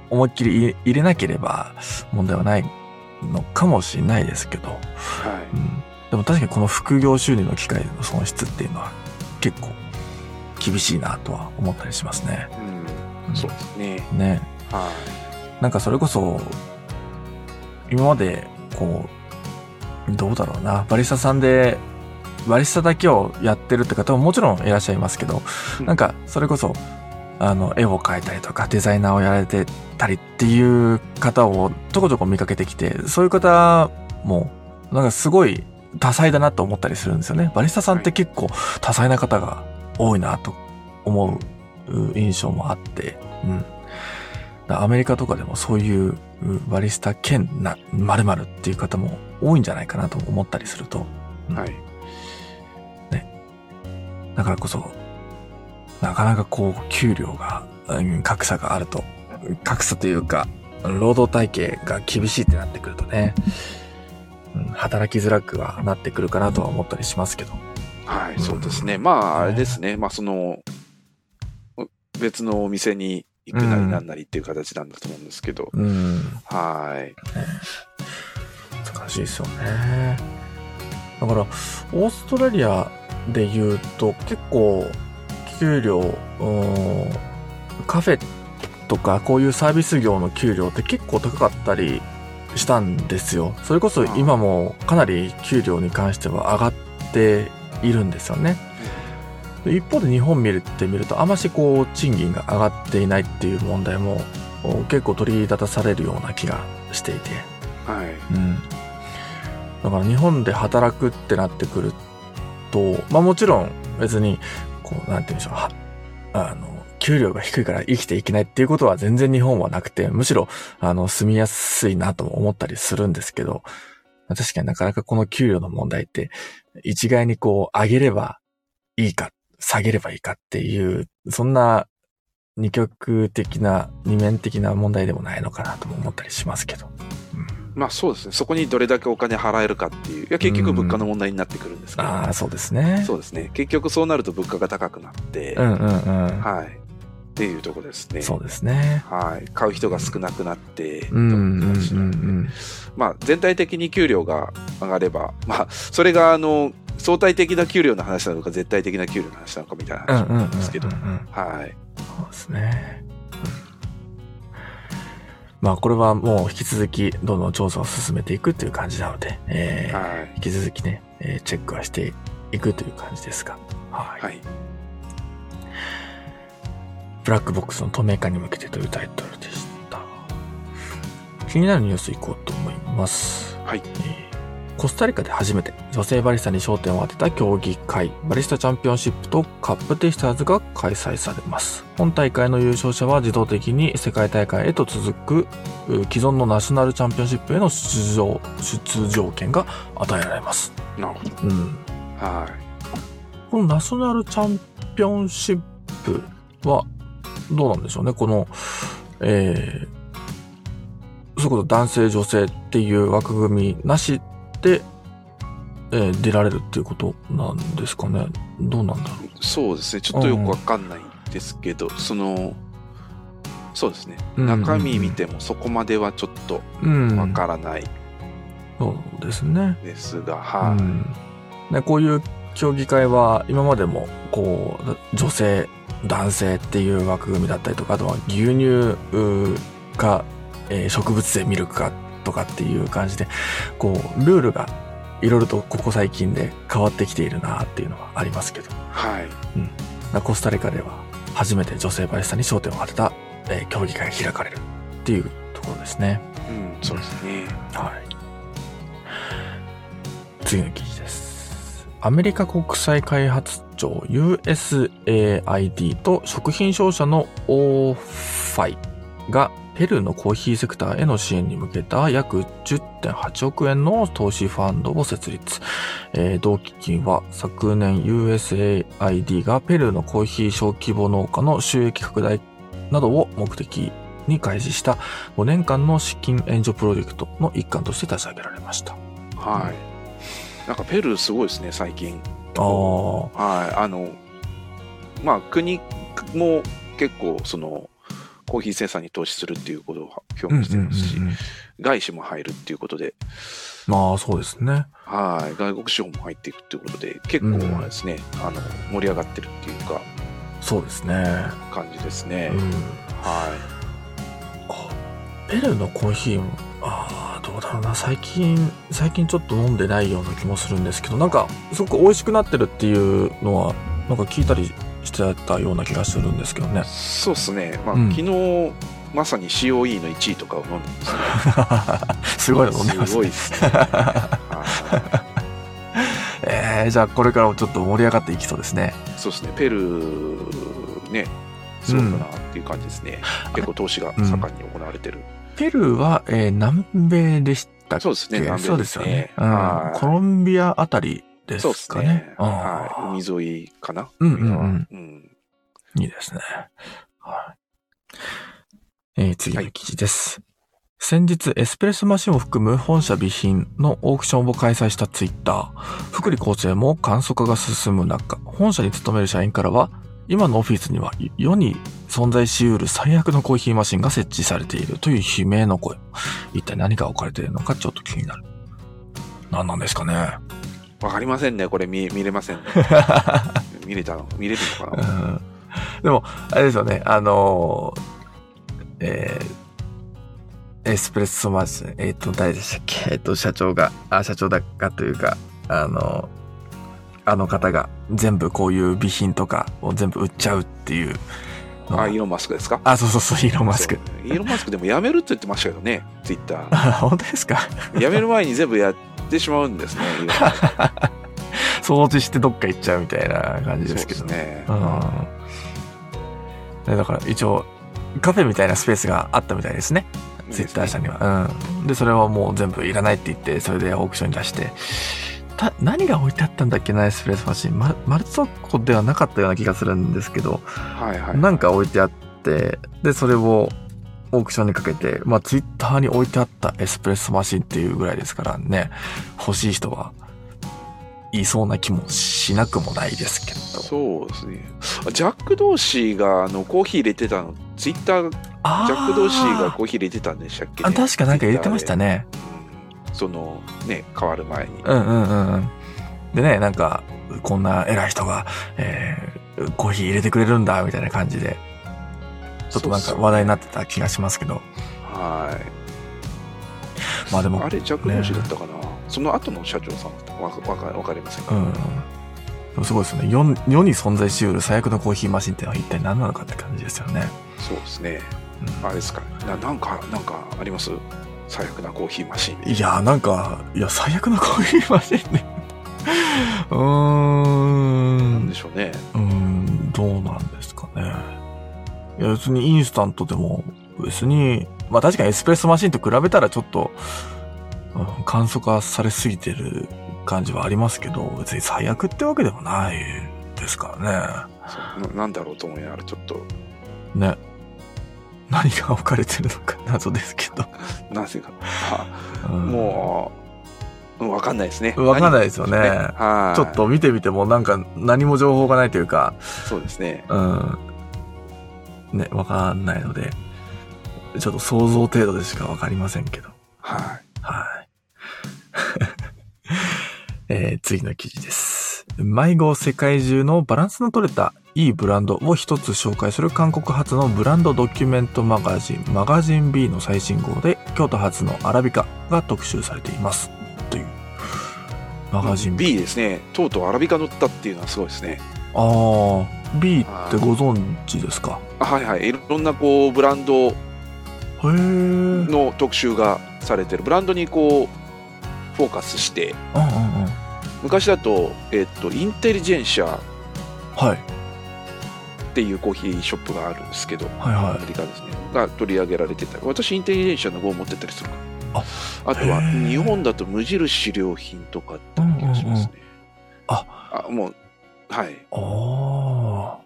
[SPEAKER 1] 思いっきり入入れなければ問題はないのかもしれないですけど、
[SPEAKER 2] はい
[SPEAKER 1] うん、でも確かにこの副業収入の機会の損失っていうのは結構厳しいなとは思ったりしますね。
[SPEAKER 2] うんそうですね。
[SPEAKER 1] ね。
[SPEAKER 2] は
[SPEAKER 1] なんかそれこそ、今まで、こう、どうだろうな、バリスタさんで、バリスタだけをやってるって方ももちろんいらっしゃいますけど、
[SPEAKER 2] うん
[SPEAKER 1] なんかそれこそ、あの、絵を描いたりとか、デザイナーをやられてたりっていう方をちょこちょこ見かけてきて、そういう方も、なんかすごい多彩だなと思ったりするんですよね。バリスタさんって結構多彩な方が多いなと思うう印象もあって、うん。だからアメリカとかでもそういううバリスタ兼な、〇〇っていう方も多いんじゃないかなと思ったりすると、
[SPEAKER 2] はい。
[SPEAKER 1] だからこそ、なかなかこう、給料が、うん格差があると、格差というか、労働体系が厳しいってなってくるとね、うん働きづらくはなってくるかなとは思ったりしますけど。
[SPEAKER 2] は
[SPEAKER 1] うん
[SPEAKER 2] い、そうですね。まあ、あれですね。まあ、その、う別のお店に行くなりなんなりっていう形なんだと思うんですけど。
[SPEAKER 1] うん、
[SPEAKER 2] はい。
[SPEAKER 1] 難しいですよね。だから、オーストラリアで言うと、結構、給料、うんカフェとか、こういうサービス業の給料って結構高かったりしたんですよ。それこそ今もかなり給料に関しては上がっているんですよね。で一方で日本見るって見るとあましこう賃金が上がっていないっていう問題もお結構取り立たされるような気がしていて、
[SPEAKER 2] はい。
[SPEAKER 1] うん、だから日本で働くってなってくると、まあ、もちろん別にこうなんて言うんでしょうはあの給料が低いから生きていけないっていうことは全然日本はなくてむしろあの住みやすいなとも思ったりするんですけど確かになかなかこの給料の問題って一概にこう上げればいいか下げればいいかっていうそんな二極的な二面的な問題でもないのかなとも思ったりしますけど。
[SPEAKER 2] まあ、そうですね。そこにどれだけお金払えるかっていう。いや、結局物価の問題になってくるんですけど。
[SPEAKER 1] ああ、そうですね。
[SPEAKER 2] そうですね。結局そうなると物価が高くなって、
[SPEAKER 1] うんうんうん。
[SPEAKER 2] はい。っていうところですね。
[SPEAKER 1] そうですね。
[SPEAKER 2] はい。買う人が少なくなって、
[SPEAKER 1] うんうんう
[SPEAKER 2] と
[SPEAKER 1] ん
[SPEAKER 2] いう
[SPEAKER 1] う
[SPEAKER 2] 形なんで
[SPEAKER 1] ん。
[SPEAKER 2] まあ、全体的に給料が上がれば、まあ、それがあの相対的な給料の話なのか、絶対的な給料の話なのかみたいな
[SPEAKER 1] うんうん
[SPEAKER 2] 話
[SPEAKER 1] うんうんう
[SPEAKER 2] なん
[SPEAKER 1] ん。
[SPEAKER 2] ですけど、
[SPEAKER 1] そ
[SPEAKER 2] は
[SPEAKER 1] う
[SPEAKER 2] い、
[SPEAKER 1] ですね。うんまあ、これはもう引き続き、どんどん調査を進めていくという感じなので、えー
[SPEAKER 2] はい、
[SPEAKER 1] 引き続きね、えーチェックはしていくという感じですが、はい。
[SPEAKER 2] はい、
[SPEAKER 1] ブラックボックスの透明化に向けてというタイトルでした。気になるニュースいこうと思います。
[SPEAKER 2] はい
[SPEAKER 1] えーコスタリカで初めて女性バリスタに焦点を当てた競技会、バリスタチャンピオンシップとカップテイスターズが開催されます。本大会の優勝者は自動的に世界大会へと続くう既存のナショナルチャンピオンシップへの出場、出場権が与えられます。
[SPEAKER 2] なるほど、
[SPEAKER 1] うん。
[SPEAKER 2] は
[SPEAKER 1] このナショナルチャンピオンシップはどうなんでしょうね。この、えー、それこそ男性女性っていう枠組みなしで、えー出られるっていうことなんですかね。どうなんだろ
[SPEAKER 2] い、そうですね、ちょっとよくわかんないんですけど、その、そうですね、
[SPEAKER 1] う。
[SPEAKER 2] 中身見てもそこまではちょっと
[SPEAKER 1] うん、
[SPEAKER 2] わからない
[SPEAKER 1] そうですね。
[SPEAKER 2] ですが、
[SPEAKER 1] う
[SPEAKER 2] はい、
[SPEAKER 1] んね、こういう競技会は今までもこう女性男性っていう枠組みだったりとかあとは牛乳うーか、えー植物性ミルクかとかっていう感じでこうルールがいろいろとここ最近で変わってきているなっていうのはありますけど
[SPEAKER 2] はい、
[SPEAKER 1] なコスタリカでは初めて女性バリスタに焦点を当てた、えー競技会が開かれるっていうところですね。
[SPEAKER 2] うん、そうですね、
[SPEAKER 1] はい。次の記事です。アメリカ国際開発庁 USAID と食品商社の OFI がペルーのコーヒーセクターへの支援に向けた約10.8億円の投資ファンドを設立。えー同基金は昨年 USAID がペルーのコーヒー小規模農家の収益拡大などを目的に開始した5年間の資金援助プロジェクトの一環として立ち上げられました。あ
[SPEAKER 2] はい。なんかペルーすごいですね、最近。
[SPEAKER 1] あー、
[SPEAKER 2] はい、あの、まあ、国も結構、その、コーヒー生産に投資するっていうことを表明してますし、外資も入るっていうことで、
[SPEAKER 1] まあそうですね。
[SPEAKER 2] はい、外国資本も入っていくっていうことで、結
[SPEAKER 1] う
[SPEAKER 2] 構
[SPEAKER 1] ん
[SPEAKER 2] あれですね、あの、盛り上がってるっていうか、
[SPEAKER 1] そうですね。
[SPEAKER 2] 感じですね
[SPEAKER 1] う。ん。
[SPEAKER 2] は
[SPEAKER 1] あペルーのコーヒーも、ああ、どうだろうな。最近、最近ちょっと飲んでないような気もするんですけど、なんか、すごく美味しくなってるっていうのは、なんか聞いたりしてたような気がするんですけど ね
[SPEAKER 2] い。。そうですね、まあ、
[SPEAKER 1] うん
[SPEAKER 2] 昨日、まさに COE の1位とかを飲んだんで す
[SPEAKER 1] すごいの飲んでますす
[SPEAKER 2] ごい
[SPEAKER 1] ね。
[SPEAKER 2] ですね。はい
[SPEAKER 1] ええーじゃあこれからもちょっと盛り上がっていきそうですね。
[SPEAKER 2] そうですね、ペルーね、そうだなっていう感じですね。結構投資が盛んに行われてる。
[SPEAKER 1] ペルーは、えー南米でしたっけ
[SPEAKER 2] そうですね、南米
[SPEAKER 1] そうですよね。うん
[SPEAKER 2] はい
[SPEAKER 1] コロンビアあたりで
[SPEAKER 2] そう
[SPEAKER 1] す
[SPEAKER 2] です
[SPEAKER 1] か
[SPEAKER 2] ね
[SPEAKER 1] ね。。うん
[SPEAKER 2] はい。海沿いかな。
[SPEAKER 1] うんうん
[SPEAKER 2] うん
[SPEAKER 1] うん。いいですね。はい。えー次の記事です。先日、エスプレッソマシンを含む本社備品のオークションを開催したツイッター。福利厚生も簡素化が進む中、本社に勤める社員からは、今のオフィスには世に存在し得る最悪のコーヒーマシンが設置されているという悲鳴の声。一体何が置かれているのかちょっと気になる。何なんですかね。
[SPEAKER 2] わかりませんね、これ見見れません ね。見れたの見れるのかな
[SPEAKER 1] うんでも、あれですよね、あのーえーエスプレッソマシン、えっ、と、誰でしたっけ、えっ、と、社長が、あ、社長だかというか、あのーあの方が全部こういう備品とかを全部売っちゃうっていうのが
[SPEAKER 2] あ、イーロン・マスクですか
[SPEAKER 1] あ、そうそうそう、イーロンマスク。
[SPEAKER 2] そうイーロン・マスクでもやめるって言ってましたけどね、ツイッタ
[SPEAKER 1] あ、本当ですか。
[SPEAKER 2] ー。やめる前に全部やってしまうんですね、イーロンマスク
[SPEAKER 1] 掃除してどっか行っちゃうみたいな感じ
[SPEAKER 2] そ
[SPEAKER 1] で
[SPEAKER 2] うです
[SPEAKER 1] けど
[SPEAKER 2] すね。
[SPEAKER 1] うんでだから一応カフェみたいなスペースがあったみたいですねツイッター社には、うん、でそれはもう全部いらないって言ってそれでオークションに出してた何が置いてあったんだっけなエスプレッソマシン、ま、マルツォコではなかったような気がするんですけど、
[SPEAKER 2] はいはい。
[SPEAKER 1] なんか置いてあってでそれをオークションにかけてまあツイッターに置いてあったエスプレッソマシンっていうぐらいですからね欲しい人はいそうな気もしなくもないですけど
[SPEAKER 2] そうですね。ジャック・ドーシーがあのコーヒー入れてたの、ツイッター、ジ
[SPEAKER 1] あ
[SPEAKER 2] ャック・ドーシーがコーヒー入れてたんでしたっけ、
[SPEAKER 1] あ確かなんか入れてました
[SPEAKER 2] ね。
[SPEAKER 1] ね。
[SPEAKER 2] うんそのね、変わる前に。
[SPEAKER 1] うんうんうんうん。でね、なんか、こんな偉い人が、えーコーヒー入れてくれるんだ、みたいな感じで、ちょっとなん
[SPEAKER 2] そう
[SPEAKER 1] か
[SPEAKER 2] そう
[SPEAKER 1] 話題になってた気がしますけど。
[SPEAKER 2] はい。
[SPEAKER 1] まあでも
[SPEAKER 2] あ、れ、ジャック・ドーシーだったかな、その後の社長さんだったかわかわかわかりませんけ
[SPEAKER 1] う
[SPEAKER 2] ど、
[SPEAKER 1] ん。でもすごいですよね世。世に存在し得る最悪のコーヒーマシンってのは一体何なのかって感じですよね。
[SPEAKER 2] そうですね。
[SPEAKER 1] うん
[SPEAKER 2] あれですか。ななんか、なんかあります最悪なコーヒーマシン。
[SPEAKER 1] いやーなんか、いや、最悪のコーヒーマシ ンね。うー
[SPEAKER 2] なん
[SPEAKER 1] ん
[SPEAKER 2] で。しょうね。
[SPEAKER 1] うーん、どうなんですかね。いや、別にインスタントでも、別に、まあ確かにエスプレッソマシンと比べたらちょっと、うん、簡素化されすぎてる感じはありますけど、別に最悪ってわけでもないですから
[SPEAKER 2] そうななんだろうと思いながら、ちょっと、
[SPEAKER 1] ね。ね。何が置かれてるのか謎ですけど。
[SPEAKER 2] なぜか、あ
[SPEAKER 1] うん
[SPEAKER 2] もう、うんわかんないですね。
[SPEAKER 1] わかんないですよね
[SPEAKER 2] 何はい。
[SPEAKER 1] ちょっと見てみてもなんか何も情報がないというか、
[SPEAKER 2] そうですね。
[SPEAKER 1] うん。ね、わかんないので、ちょっと想像程度でしかわかりませんけど。
[SPEAKER 2] はい。
[SPEAKER 1] はい。 えー次の記事です。迷子を世界中のバランスの取れたいいブランドを一つ紹介する韓国発のブランドドキュメントマガジン、マガジン B の最新号で、京都発のアラビカが特集されています。という。マガジン B。
[SPEAKER 2] B ですね。とうとうアラビカ乗ったっていうのはすごいですね。
[SPEAKER 1] あー、B ってご存知ですか
[SPEAKER 2] あはいはい。いろんなこうブランド
[SPEAKER 1] へー。うんうんうん。
[SPEAKER 2] の特集がされてる。ブランドにこうフォーカスして、昔だとえっとインテリジェンシャ
[SPEAKER 1] はい。
[SPEAKER 2] っていうコーヒーショップがあるんですけど、
[SPEAKER 1] はい
[SPEAKER 2] ア
[SPEAKER 1] は
[SPEAKER 2] メリカですね。が取り上げられてたり。私インテリジェンシャの号を持ってたりするから。あとは
[SPEAKER 1] へー
[SPEAKER 2] 日本だと無印良品とかって気がしますね。あもうはい。
[SPEAKER 1] い。あー。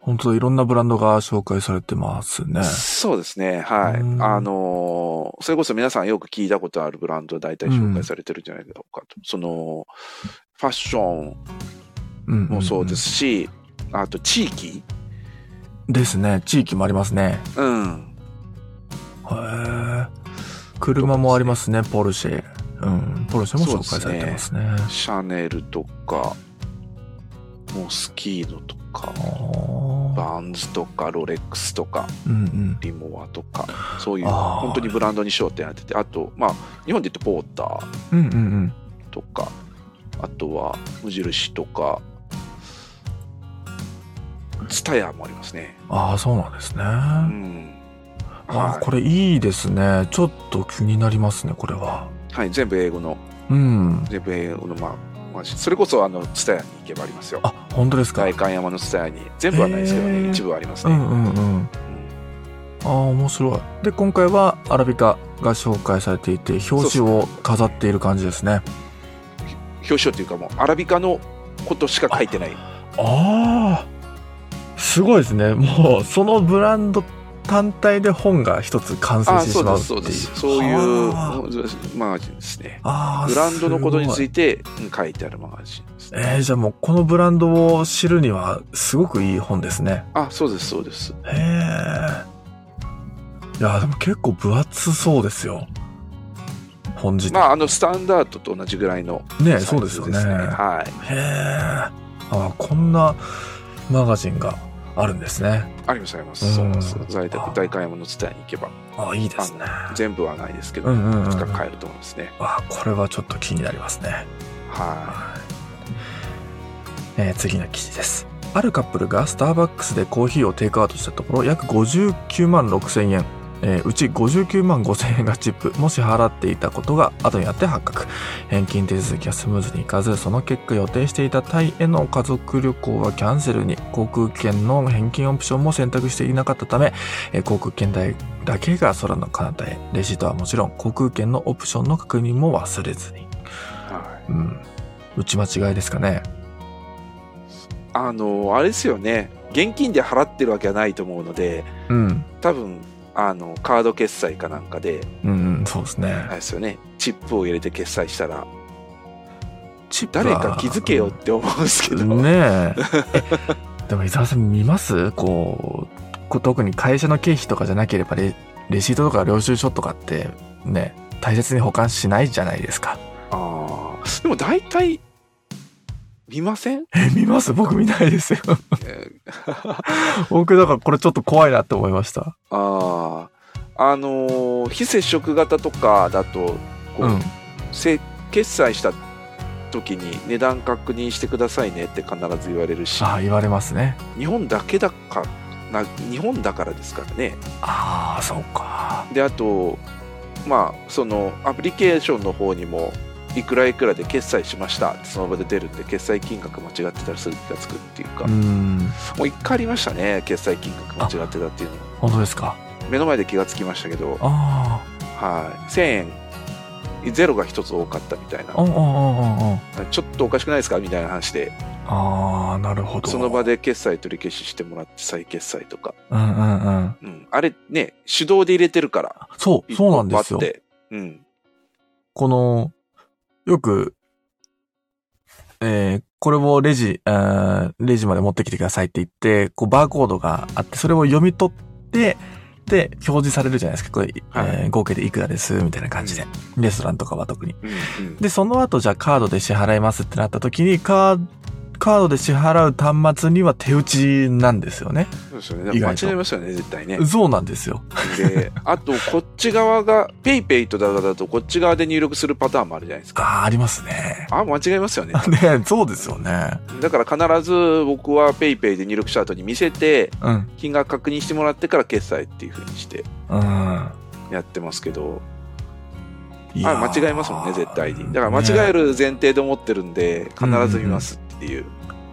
[SPEAKER 1] 本当だいろんなブランドが紹介されてますね。
[SPEAKER 2] そうですね、はい。
[SPEAKER 1] うん
[SPEAKER 2] あのーそれこそ皆さんよく聞いたことあるブランド大体紹介されてるんじゃないかと、その、ファッション
[SPEAKER 1] うん
[SPEAKER 2] もそうですし、あと地域、
[SPEAKER 1] うんですね地域もありますね
[SPEAKER 2] うん、
[SPEAKER 1] へえ車もありますねポルシェうんポルシェも紹介されてますね
[SPEAKER 2] シャネルとか、モスキーノとか、
[SPEAKER 1] あー
[SPEAKER 2] バンズとか、ロレックスとか、
[SPEAKER 1] うんうん
[SPEAKER 2] リモワとか、そういう、
[SPEAKER 1] あー
[SPEAKER 2] 本当にブランドに焦点当てて、あと、まあ、日本で言ってポーター、
[SPEAKER 1] うんうんうん
[SPEAKER 2] とかあとは無印とかツタヤもありますね
[SPEAKER 1] ああそうなんですね、
[SPEAKER 2] うん
[SPEAKER 1] あ
[SPEAKER 2] は
[SPEAKER 1] ー
[SPEAKER 2] い
[SPEAKER 1] これいいですねちょっと気になりますねこれは
[SPEAKER 2] はい、全部英語の
[SPEAKER 1] うん
[SPEAKER 2] 全部英語のまあお話それこそあの蔦屋に行けばありますよ
[SPEAKER 1] あ本当ですか、
[SPEAKER 2] 代官山の蔦屋に全部はないですけど
[SPEAKER 1] へ
[SPEAKER 2] ね
[SPEAKER 1] ー
[SPEAKER 2] 一部はあります
[SPEAKER 1] う
[SPEAKER 2] ね、
[SPEAKER 1] んうんうんああ面白いで今回はアラビカが紹介されていて表紙を飾っている感じですね
[SPEAKER 2] 表彰というかもうアラビカのことしか書いてない
[SPEAKER 1] ああすごいですねもうそのブランド単体で本が一つ完成
[SPEAKER 2] あ
[SPEAKER 1] してし
[SPEAKER 2] そう
[SPEAKER 1] ま
[SPEAKER 2] で
[SPEAKER 1] うっ
[SPEAKER 2] す
[SPEAKER 1] て
[SPEAKER 2] そう
[SPEAKER 1] いう
[SPEAKER 2] ですそういう
[SPEAKER 1] あー
[SPEAKER 2] マガジンですね
[SPEAKER 1] あー
[SPEAKER 2] ブランドのことに
[SPEAKER 1] すご
[SPEAKER 2] ついてうん書いてあるマガジンですね
[SPEAKER 1] えー、じゃあもうこのブランドを知るにはすごくいい本ですね。
[SPEAKER 2] あそうですそうです
[SPEAKER 1] へえ。いやでも結構分厚そうですよ。本自体。
[SPEAKER 2] まああのスタンダードと同じぐらいの
[SPEAKER 1] ね
[SPEAKER 2] サイズ
[SPEAKER 1] そうですよね。
[SPEAKER 2] はい
[SPEAKER 1] へえ。あこんなマガジンがあるんですね。
[SPEAKER 2] ありがとうございま
[SPEAKER 1] うん
[SPEAKER 2] すそうなんです在
[SPEAKER 1] あ
[SPEAKER 2] 宅大会山の伝えに行けば
[SPEAKER 1] あいいですね。
[SPEAKER 2] 全部はないですけど
[SPEAKER 1] う
[SPEAKER 2] い
[SPEAKER 1] んうんうん。
[SPEAKER 2] つか
[SPEAKER 1] あ
[SPEAKER 2] 買えると思いますね
[SPEAKER 1] これはちょっと気になりますね。
[SPEAKER 2] は
[SPEAKER 1] えー次の記事ですあるカップルがスターバックスでコーヒーをテイクアウトしたところ約59万6千円、えーうち59万5千円がチップも支払っていたことが後になって発覚返金手続きがスムーズにいかずその結果予定していたタイへの家族旅行はキャンセルに航空券の返金オプションも選択していなかったため、えー航空券代だけが空の彼方へレシートはもちろん航空券のオプションの確認も忘れずに
[SPEAKER 2] いはい
[SPEAKER 1] うん打ち間違いですかね
[SPEAKER 2] あのあれですよね現金で払ってるわけはないと思うので
[SPEAKER 1] うん
[SPEAKER 2] 多分あのカード決済かなんかで
[SPEAKER 1] うんうん、そうですね
[SPEAKER 2] あれ。ですよねチップを入れて決済したら
[SPEAKER 1] チップは
[SPEAKER 2] 誰か気づけよって思うんですけど、
[SPEAKER 1] ねえ。えでも伊沢さん見ますこう、こう特に会社の経費とかじゃなければレ、レシートとか領収書とかってね、大切に保管しないじゃないですか。
[SPEAKER 2] あーでも大体見ません、
[SPEAKER 1] え、見ます僕見ない ですよ。
[SPEAKER 2] えー
[SPEAKER 1] 僕だからこれちょっと怖いなって思いました。
[SPEAKER 2] あーあのー非接触型とかだとこう、
[SPEAKER 1] うん。
[SPEAKER 2] せ決済した時に値段確認してくださいねって必ず言われるし
[SPEAKER 1] ああ、言われますね。
[SPEAKER 2] 日本だけだかな日本だからですからね
[SPEAKER 1] ああ、そうか。
[SPEAKER 2] であとまあそのアプリケーションの方にもいくらいくらで決済しましたってその場で出るんで決済金額間違ってたりする気がつくっていうか、
[SPEAKER 1] う
[SPEAKER 2] も
[SPEAKER 1] ん。
[SPEAKER 2] う一回ありましたね決済金額間違ってたっていうの
[SPEAKER 1] 本当ですか。
[SPEAKER 2] 目の前で気がつきましたけど、
[SPEAKER 1] あ
[SPEAKER 2] はい、1000円ゼロが一つ多かったみたいな
[SPEAKER 1] あ、うんうんうんうんうん。
[SPEAKER 2] ちょっとおかしくないですかみたいな話で
[SPEAKER 1] ああ、なるほど。
[SPEAKER 2] その場で決済取り消ししてもらって再決済とか、
[SPEAKER 1] うんうんうん。
[SPEAKER 2] うん、あれね手動で入れてるから
[SPEAKER 1] そう、そうなんですよ
[SPEAKER 2] 一個。バッてうん、
[SPEAKER 1] この、よく、えーこれをレジ、あーレジまで持ってきてくださいって言って、こうバーコードがあって、それを読み取って、で、表示されるじゃないですか。これ、えー
[SPEAKER 2] は
[SPEAKER 1] 合計でいくらです、みたいな感じで。レストランとかは特に。
[SPEAKER 2] うんうん
[SPEAKER 1] で、その後、じゃあカードで支払いますってなった時に、カーカードで支払う端末には手打ちなんですよね。
[SPEAKER 2] そうですよね
[SPEAKER 1] 意
[SPEAKER 2] 間
[SPEAKER 1] 外
[SPEAKER 2] 違
[SPEAKER 1] と
[SPEAKER 2] えますよね絶対ね
[SPEAKER 1] そうなんですよ。
[SPEAKER 2] で、あと、こっち側が、ペイペイとだだと、こっち側で入力するパターンもあるじゃないですか。
[SPEAKER 1] あーありますね。
[SPEAKER 2] あ、間違えますよね。
[SPEAKER 1] ねそうですよね。
[SPEAKER 2] だから必ず僕はペイペイで入力した後に見せて、
[SPEAKER 1] うん。
[SPEAKER 2] 金額確認してもらってから決済っていう風にして
[SPEAKER 1] うん。
[SPEAKER 2] やってますけど、
[SPEAKER 1] いや
[SPEAKER 2] あ
[SPEAKER 1] ー
[SPEAKER 2] 間違えますもんね、絶対に。だから間違える前提で思ってるんで、必ず見ますっていう。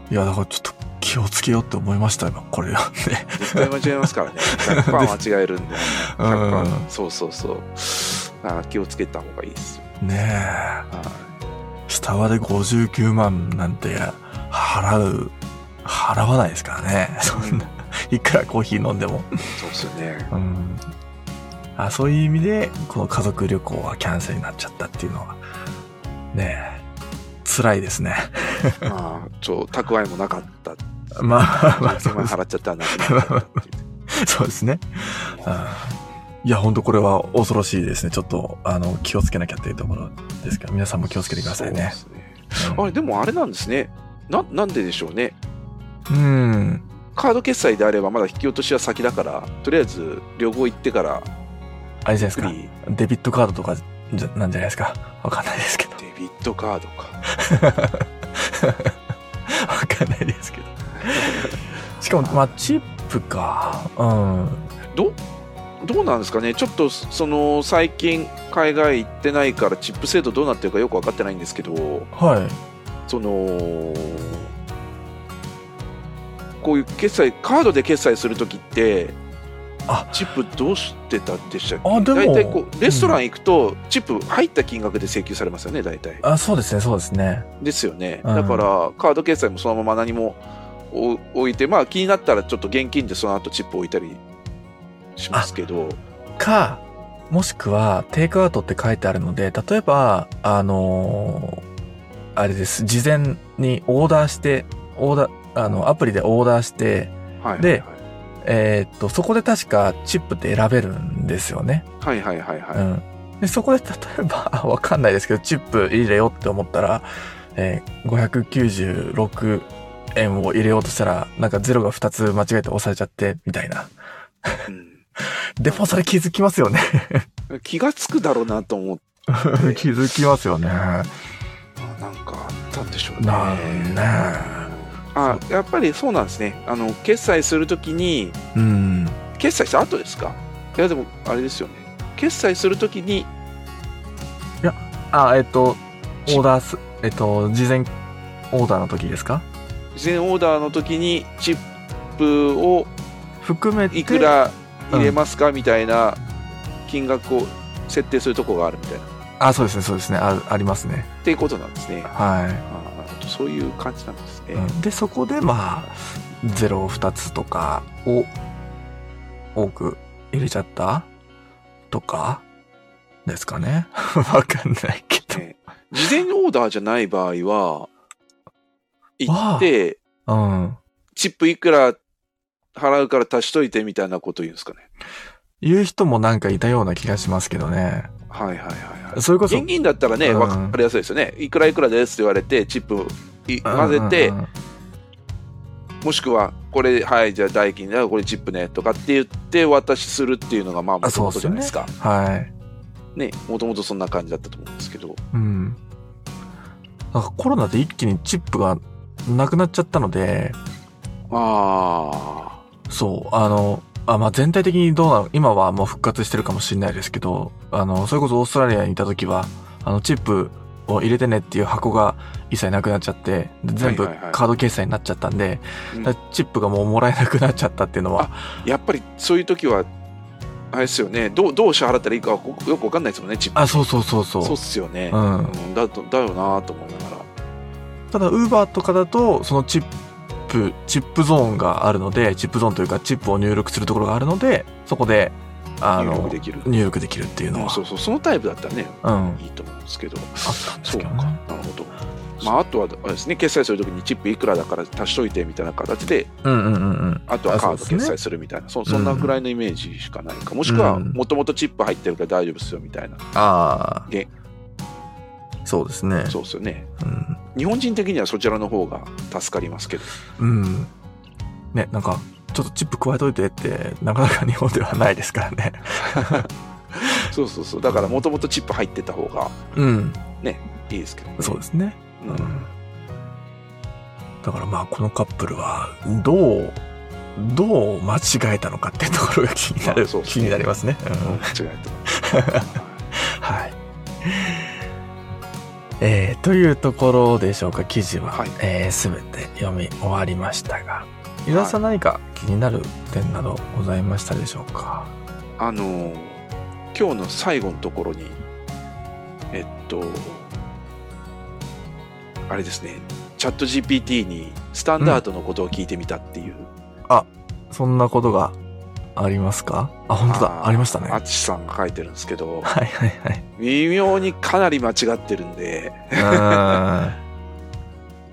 [SPEAKER 1] いや、だからちょっと気をつけようって思いました、今、これ はね。
[SPEAKER 2] 絶対間違えますからね。100%間違えるんで。
[SPEAKER 1] う
[SPEAKER 2] 100%。そうそうそう。あ気をつけた方がいいですよ。
[SPEAKER 1] ん。ね
[SPEAKER 2] はい
[SPEAKER 1] え。スタバで59万なんて払う、払わないですからね。そんな、いくらコーヒー飲んでも。
[SPEAKER 2] そうですよね。
[SPEAKER 1] うん。あそういう意味で、この家族旅行はキャンセルになっちゃったっていうのは、ねえ、辛いですね。
[SPEAKER 2] まあ、ちょ、蓄えもなかった。
[SPEAKER 1] ま あ、まあ、
[SPEAKER 2] 1000
[SPEAKER 1] そう
[SPEAKER 2] 万
[SPEAKER 1] です
[SPEAKER 2] 払っちゃったらなくなっちゃった っていう
[SPEAKER 1] そうですね。うんいや、本当これは恐ろしいですね。ちょっと、あの、気をつけなきゃっていうところですけど、皆さんも気をつけてくださいね。
[SPEAKER 2] そうですね
[SPEAKER 1] うん
[SPEAKER 2] あれ、でもあれなんですね。な、なんででしょうね。
[SPEAKER 1] うん。
[SPEAKER 2] カード決済であればまだ引き落としは先だから、とりあえず旅行行ってから、
[SPEAKER 1] あれじゃないです
[SPEAKER 2] フ
[SPEAKER 1] か。
[SPEAKER 2] リー
[SPEAKER 1] デビットカードとかじゃなんじゃないですか。わかんないですけど。
[SPEAKER 2] デビットカードか。
[SPEAKER 1] わかんないですけど。しかも、まあ、チップか。うん。
[SPEAKER 2] ど、どうなんですかね。ちょっと、その、最近、海外行ってないから、チップ制度どうなってるかよく分かってないんですけど、
[SPEAKER 1] はい。
[SPEAKER 2] そのこういう決済カードで決済する時って
[SPEAKER 1] あ
[SPEAKER 2] チップどうしてたんでしたっけ
[SPEAKER 1] あでも
[SPEAKER 2] 大体こうレストラ
[SPEAKER 1] うん
[SPEAKER 2] ン行くとチップ入った金額で請求されますよね大体
[SPEAKER 1] あそうですねそうですね
[SPEAKER 2] ですよね
[SPEAKER 1] うん
[SPEAKER 2] だからカード決済もそのまま何もお置いてまあ気になったらちょっと現金でその後チップ置いたりしますけど
[SPEAKER 1] かもしくはテイクアウトって書いてあるので例えばあのーあれです事前にオーダーしてオーダーあのアプリでオーダーして
[SPEAKER 2] はいはい
[SPEAKER 1] でえーっとそこで確かチップって選べるんですよね、
[SPEAKER 2] はいはいはいはいはい
[SPEAKER 1] うんでそこで例えば わかんないですけどチップ入れようって思ったら、えー596円を入れようとしたらなんかゼロが2つ間違えて押されちゃってみたいなでもそれ気づきますよね
[SPEAKER 2] うん気がつくだろうなと思って
[SPEAKER 1] 気づきますよね
[SPEAKER 2] なんかあったんでしょうね
[SPEAKER 1] なんね
[SPEAKER 2] あやっぱりそうなんですねあの決済するときに
[SPEAKER 1] うん
[SPEAKER 2] 決済した後ですかいやでもあれですよね決済するときに
[SPEAKER 1] あえっとオーダーすえっと事前オーダーの時ですか
[SPEAKER 2] 事前オーダーの時にチップを
[SPEAKER 1] 含めて
[SPEAKER 2] いくら入れますかみたいな金額を設定するとこがあるみたいなっ
[SPEAKER 1] あそうですねそうですねあありますね
[SPEAKER 2] ていうことなんですねあ
[SPEAKER 1] は
[SPEAKER 2] ーそういう感じなんですね、
[SPEAKER 1] い、うんでそこでまあゼロ2つとかを多く入れちゃったとかですかね わかんないけど、
[SPEAKER 2] ね事前オーダーじゃない場合は行って
[SPEAKER 1] うん
[SPEAKER 2] チップいくら払うから足しといてみたいなこと言うんですかね
[SPEAKER 1] 言う人もなんかいたような気がしますけどね
[SPEAKER 2] はいはいはいはい
[SPEAKER 1] それこそ
[SPEAKER 2] 現金だったらね、
[SPEAKER 1] うん
[SPEAKER 2] 分かりやすいですよね。いくらいくらですって言われて、チップい混ぜて
[SPEAKER 1] うんう、んうん
[SPEAKER 2] もしくは、これ、はい、じゃあ代金だ、これチップね、とかって言ってお渡しするっていうのが、まあ、も
[SPEAKER 1] あ
[SPEAKER 2] と
[SPEAKER 1] そう
[SPEAKER 2] も
[SPEAKER 1] っすよ
[SPEAKER 2] とじゃないですか。
[SPEAKER 1] はい
[SPEAKER 2] ね、もともとそんな感じだったと思うんですけど。
[SPEAKER 1] うん。なんかコロナで一気にチップがなくなっちゃったので、
[SPEAKER 2] あ
[SPEAKER 1] そう、あの、あまあ、全体的にどうなの今はもう復活してるかもしれないですけど、あの、それこそオーストラリアにいた時は、あの、チップを入れてねっていう箱が一切なくなっちゃって、で全部
[SPEAKER 2] はいはいはい
[SPEAKER 1] カード決済になっちゃったんで、
[SPEAKER 2] うん
[SPEAKER 1] だからチップがもうもらえなくなっちゃったっていうのは、
[SPEAKER 2] あ、やっぱりそういう時は、あれですよね、どう、どう支払ったらいいかはこよく分かんないですもんね、チップ。
[SPEAKER 1] あ、そうそうそうそう。
[SPEAKER 2] そうっすよね。
[SPEAKER 1] うん
[SPEAKER 2] んだとだよなと思いながら。
[SPEAKER 1] ただ、ウーバーとかだと、そのチップ、チップゾーンがあるので、チップゾーンというか、チップを入力するところがあるので、そこで、あ
[SPEAKER 2] 入
[SPEAKER 1] の
[SPEAKER 2] 力、できる。
[SPEAKER 1] 入力できるっていうの
[SPEAKER 2] うん
[SPEAKER 1] は。
[SPEAKER 2] そうそう、そのタイプだったらね、
[SPEAKER 1] うん。あっ
[SPEAKER 2] いいと思うんですけど。
[SPEAKER 1] たんです
[SPEAKER 2] そう
[SPEAKER 1] け
[SPEAKER 2] か
[SPEAKER 1] ど、ね。
[SPEAKER 2] なるほど。まあ、あとはあれですね、決済するときにチップいくらだから足しといてみたいな形で、
[SPEAKER 1] うんうんうんうん。
[SPEAKER 2] あとは
[SPEAKER 1] あ
[SPEAKER 2] カ
[SPEAKER 1] そうで
[SPEAKER 2] ード
[SPEAKER 1] すね
[SPEAKER 2] 決済するみたいな、そそんなぐらいのイメージしかないか、もしくは、
[SPEAKER 1] うん
[SPEAKER 2] もともとチップ入ってるから大丈夫ですよみたいな、
[SPEAKER 1] ああ。
[SPEAKER 2] で
[SPEAKER 1] そうですね。
[SPEAKER 2] そうですよね。
[SPEAKER 1] うん。
[SPEAKER 2] 日本人的にはそちらの方が助かりますけど、
[SPEAKER 1] うん。ね、なんか、ちょっとチップ加えといてって、なかなか日本ではないですからね。
[SPEAKER 2] そうそうそう、だからもともとチップ入ってた方が
[SPEAKER 1] うん。
[SPEAKER 2] いいですけどね、
[SPEAKER 1] そうですね。
[SPEAKER 2] うん、
[SPEAKER 1] うん。だからまあ、このカップルは、どう、どう間違えたのかっていうところが気にな
[SPEAKER 2] ま
[SPEAKER 1] る、
[SPEAKER 2] あ そうです
[SPEAKER 1] 気
[SPEAKER 2] ね
[SPEAKER 1] になりますね。うん。
[SPEAKER 2] 間違え
[SPEAKER 1] はい。えーというところでしょうか記事は、
[SPEAKER 2] はい
[SPEAKER 1] えー全て読み終わりましたが伊沢さん何か気になる点などございましたでしょうか
[SPEAKER 2] た。あのー今日の最後のところに、えっと、あれですね、チャット GPT にスタンダードのことを聞いてみたっていう。
[SPEAKER 1] そんなことがありますかあ本当だありましたね
[SPEAKER 2] ア
[SPEAKER 1] は
[SPEAKER 2] チさんが書いてるんですけど、
[SPEAKER 1] いはい
[SPEAKER 2] 微妙にかなり間違ってるん で、
[SPEAKER 1] はいうーん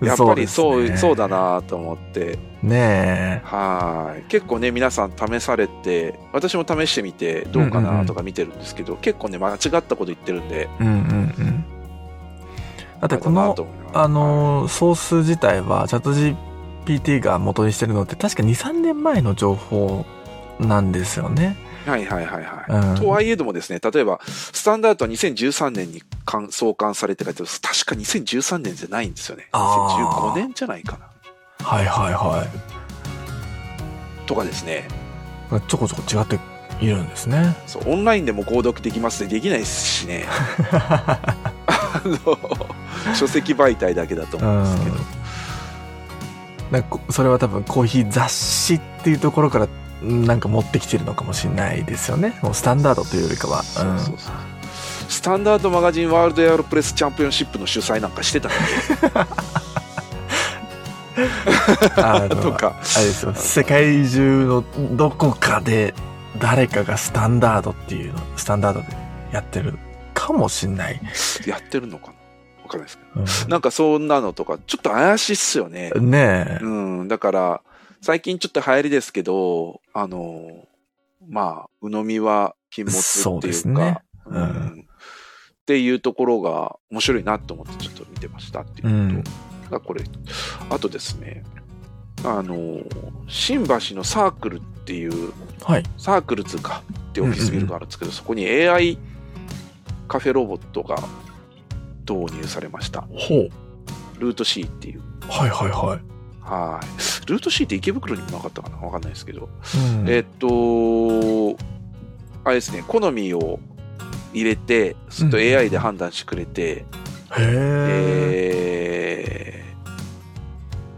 [SPEAKER 2] やっぱ りそうそう,、
[SPEAKER 1] ですね
[SPEAKER 2] だなと思って、
[SPEAKER 1] ね
[SPEAKER 2] はーい。結構ね、皆さん試されて、私も試してみて、どうかなとか見てるんですけど、結構ね、間違ったこと言ってるんで、
[SPEAKER 1] えうんうんうんだってこ
[SPEAKER 2] あれだな
[SPEAKER 1] の
[SPEAKER 2] と思いながら
[SPEAKER 1] あのーソース自体はチャット GPT が元にしてるのって確か23年前の情報なんですよね。
[SPEAKER 2] はいはいはいはい。
[SPEAKER 1] うん
[SPEAKER 2] とはいえどもですね、例えば、スタンダードは2013年に刊創刊されて書いてある確か2013年じゃないんですよね。
[SPEAKER 1] あー
[SPEAKER 2] 2015年じゃないかな。
[SPEAKER 1] はいはいはい。
[SPEAKER 2] とかですね。
[SPEAKER 1] ちょこちょこ違っているんですね。
[SPEAKER 2] そう オンラインでも購読できますねできないしねあの書籍媒体だけだと
[SPEAKER 1] う
[SPEAKER 2] 思うん
[SPEAKER 1] ん
[SPEAKER 2] ですけど、
[SPEAKER 1] なんかこそれは多分コーヒー雑誌っていうところからうんなんか持ってきてるのかもしれないですよねもうスタンダードというよりかはうん
[SPEAKER 2] そうそうそうスタンダードマガジンワールドエアロプレスチャンピオンシップの主催なんかしてたんで
[SPEAKER 1] あの
[SPEAKER 2] とか
[SPEAKER 1] あれですよ世界中のどこかで誰かがスタンダードっていうのスタンダードでやってるかもしんない、
[SPEAKER 2] やってるのかなわかんないですけど
[SPEAKER 1] う
[SPEAKER 2] なんかそんなのとかちょっと怪しいっすよね、
[SPEAKER 1] ん、ねえ
[SPEAKER 2] うん、だから最近ちょっと流行りですけどあのまあ鵜呑みは禁物
[SPEAKER 1] そう
[SPEAKER 2] って
[SPEAKER 1] で
[SPEAKER 2] い
[SPEAKER 1] す
[SPEAKER 2] うか
[SPEAKER 1] ねうん
[SPEAKER 2] んっていうところが面白いなと思ってちょっと見てましたっていう
[SPEAKER 1] う
[SPEAKER 2] こと、
[SPEAKER 1] ん
[SPEAKER 2] がこれあとですねあの新橋のサークルっていう
[SPEAKER 1] はい
[SPEAKER 2] サークルズかってオフィスビルがあるんですけど、そこに AI カフェロボットが導入されました
[SPEAKER 1] ほう
[SPEAKER 2] ルート C っていう
[SPEAKER 1] はいはいはい、
[SPEAKER 2] はいルート C って池袋にもなかったかなわかんないですけ
[SPEAKER 1] う
[SPEAKER 2] ど、
[SPEAKER 1] ん
[SPEAKER 2] えっとあれですね好みを入れてすっと
[SPEAKER 1] うん
[SPEAKER 2] AI で判断してくれて、
[SPEAKER 1] へえ
[SPEAKER 2] えー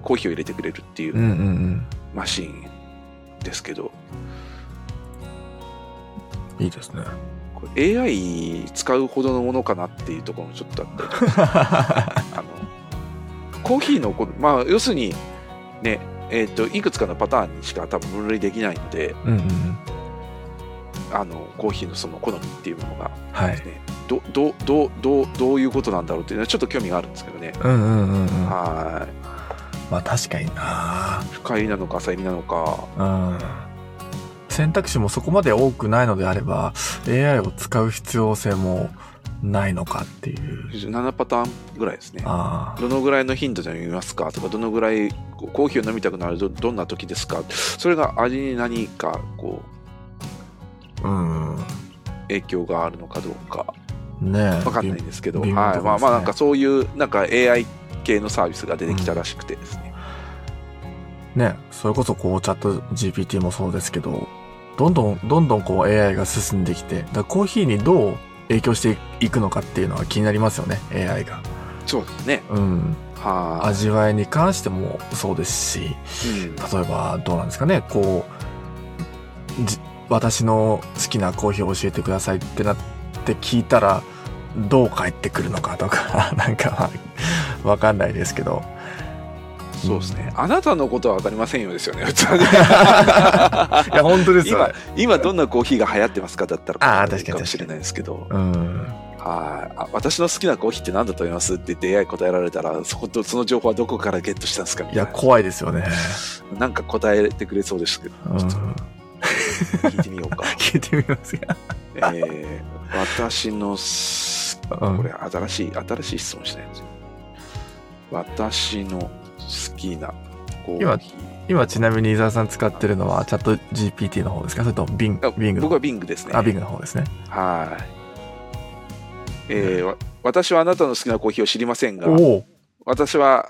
[SPEAKER 2] コーヒーを入れてくれるっていう
[SPEAKER 1] うんうんうん
[SPEAKER 2] マシンですけど、
[SPEAKER 1] いい ですね
[SPEAKER 2] これ AI 使うほどのものかなっていうところもちょっと あったりとかあのコーヒーのこの、まあ、要するにね、えー、といくつかのパターンにしか多分分類できないので
[SPEAKER 1] うんうん
[SPEAKER 2] あのコーヒーのその好みっていうものが、
[SPEAKER 1] はい
[SPEAKER 2] ね、どどどどどういうことなんだろうっていうのはちょっと興味があるんですけどね。
[SPEAKER 1] うんうんうんうん
[SPEAKER 2] はーい
[SPEAKER 1] まあ確かにな
[SPEAKER 2] 深入りなのか浅入りなのか
[SPEAKER 1] うん選択肢もそこまで多くないのであれば AI を使う必要性もないのかっていう
[SPEAKER 2] 7パターンぐらいですね。
[SPEAKER 1] ああ
[SPEAKER 2] どのぐらいの頻度で飲みますかとかどのぐらいこうコーヒーを飲みたくなるどどんな時ですかそれが味に何かこう
[SPEAKER 1] うん
[SPEAKER 2] 影響があるのかどうか
[SPEAKER 1] ねえ
[SPEAKER 2] 分かんないんですけど、
[SPEAKER 1] 微妙
[SPEAKER 2] は
[SPEAKER 1] 微
[SPEAKER 2] い
[SPEAKER 1] 妙
[SPEAKER 2] ま
[SPEAKER 1] なとこで
[SPEAKER 2] あ
[SPEAKER 1] すね
[SPEAKER 2] まあなんかそういうなんか AI 系のサービスが出てきたらしくてですね、
[SPEAKER 1] ねそれこそこうチャット GPT もそうですけどどんどんどんどんこう AI が進んできてだからコーヒーにどう影響していくのかっていうのは気になりますよね AI が
[SPEAKER 2] そうですね
[SPEAKER 1] うん
[SPEAKER 2] はい、
[SPEAKER 1] 味わいに関してもそうですし
[SPEAKER 2] うん
[SPEAKER 1] 例えばどうなんですかねこうじ私の好きなコーヒーを教えてくださいってなって聞いたらどう返ってくるのかとか なんかまあわかんないですけど
[SPEAKER 2] そうですねあなたのことは分かりませんよですよね普通に
[SPEAKER 1] いや本当ですよ
[SPEAKER 2] 今今どんなコーヒーが流行ってますかだったら
[SPEAKER 1] あー
[SPEAKER 2] 答えられる
[SPEAKER 1] 確かに
[SPEAKER 2] もしれないですけど
[SPEAKER 1] うん
[SPEAKER 2] はいあ私の好きなコーヒーって何だと思いますって言って AI 答えられたらそことその情報はどこからゲットしたんですかみ
[SPEAKER 1] い
[SPEAKER 2] たい
[SPEAKER 1] や
[SPEAKER 2] な
[SPEAKER 1] 怖いですよね
[SPEAKER 2] なんか答えてくれそうですけど、
[SPEAKER 1] うん。
[SPEAKER 2] ちょっと聞いてみようか
[SPEAKER 1] 聞いてみますが、
[SPEAKER 2] えー、私のす、
[SPEAKER 1] うん
[SPEAKER 2] これ新しい、新しい質問しないんですよ。私の好きなコーヒ
[SPEAKER 1] 今ちなみに伊沢さん使ってるのはチャット GPT の方ですかそれともビン
[SPEAKER 2] ー。あ
[SPEAKER 1] ビングの
[SPEAKER 2] 僕はビングですね。
[SPEAKER 1] あビングの方ですね
[SPEAKER 2] はい。えーわ私はあなたの好きなコーヒーを知りませんが、
[SPEAKER 1] おお
[SPEAKER 2] 私は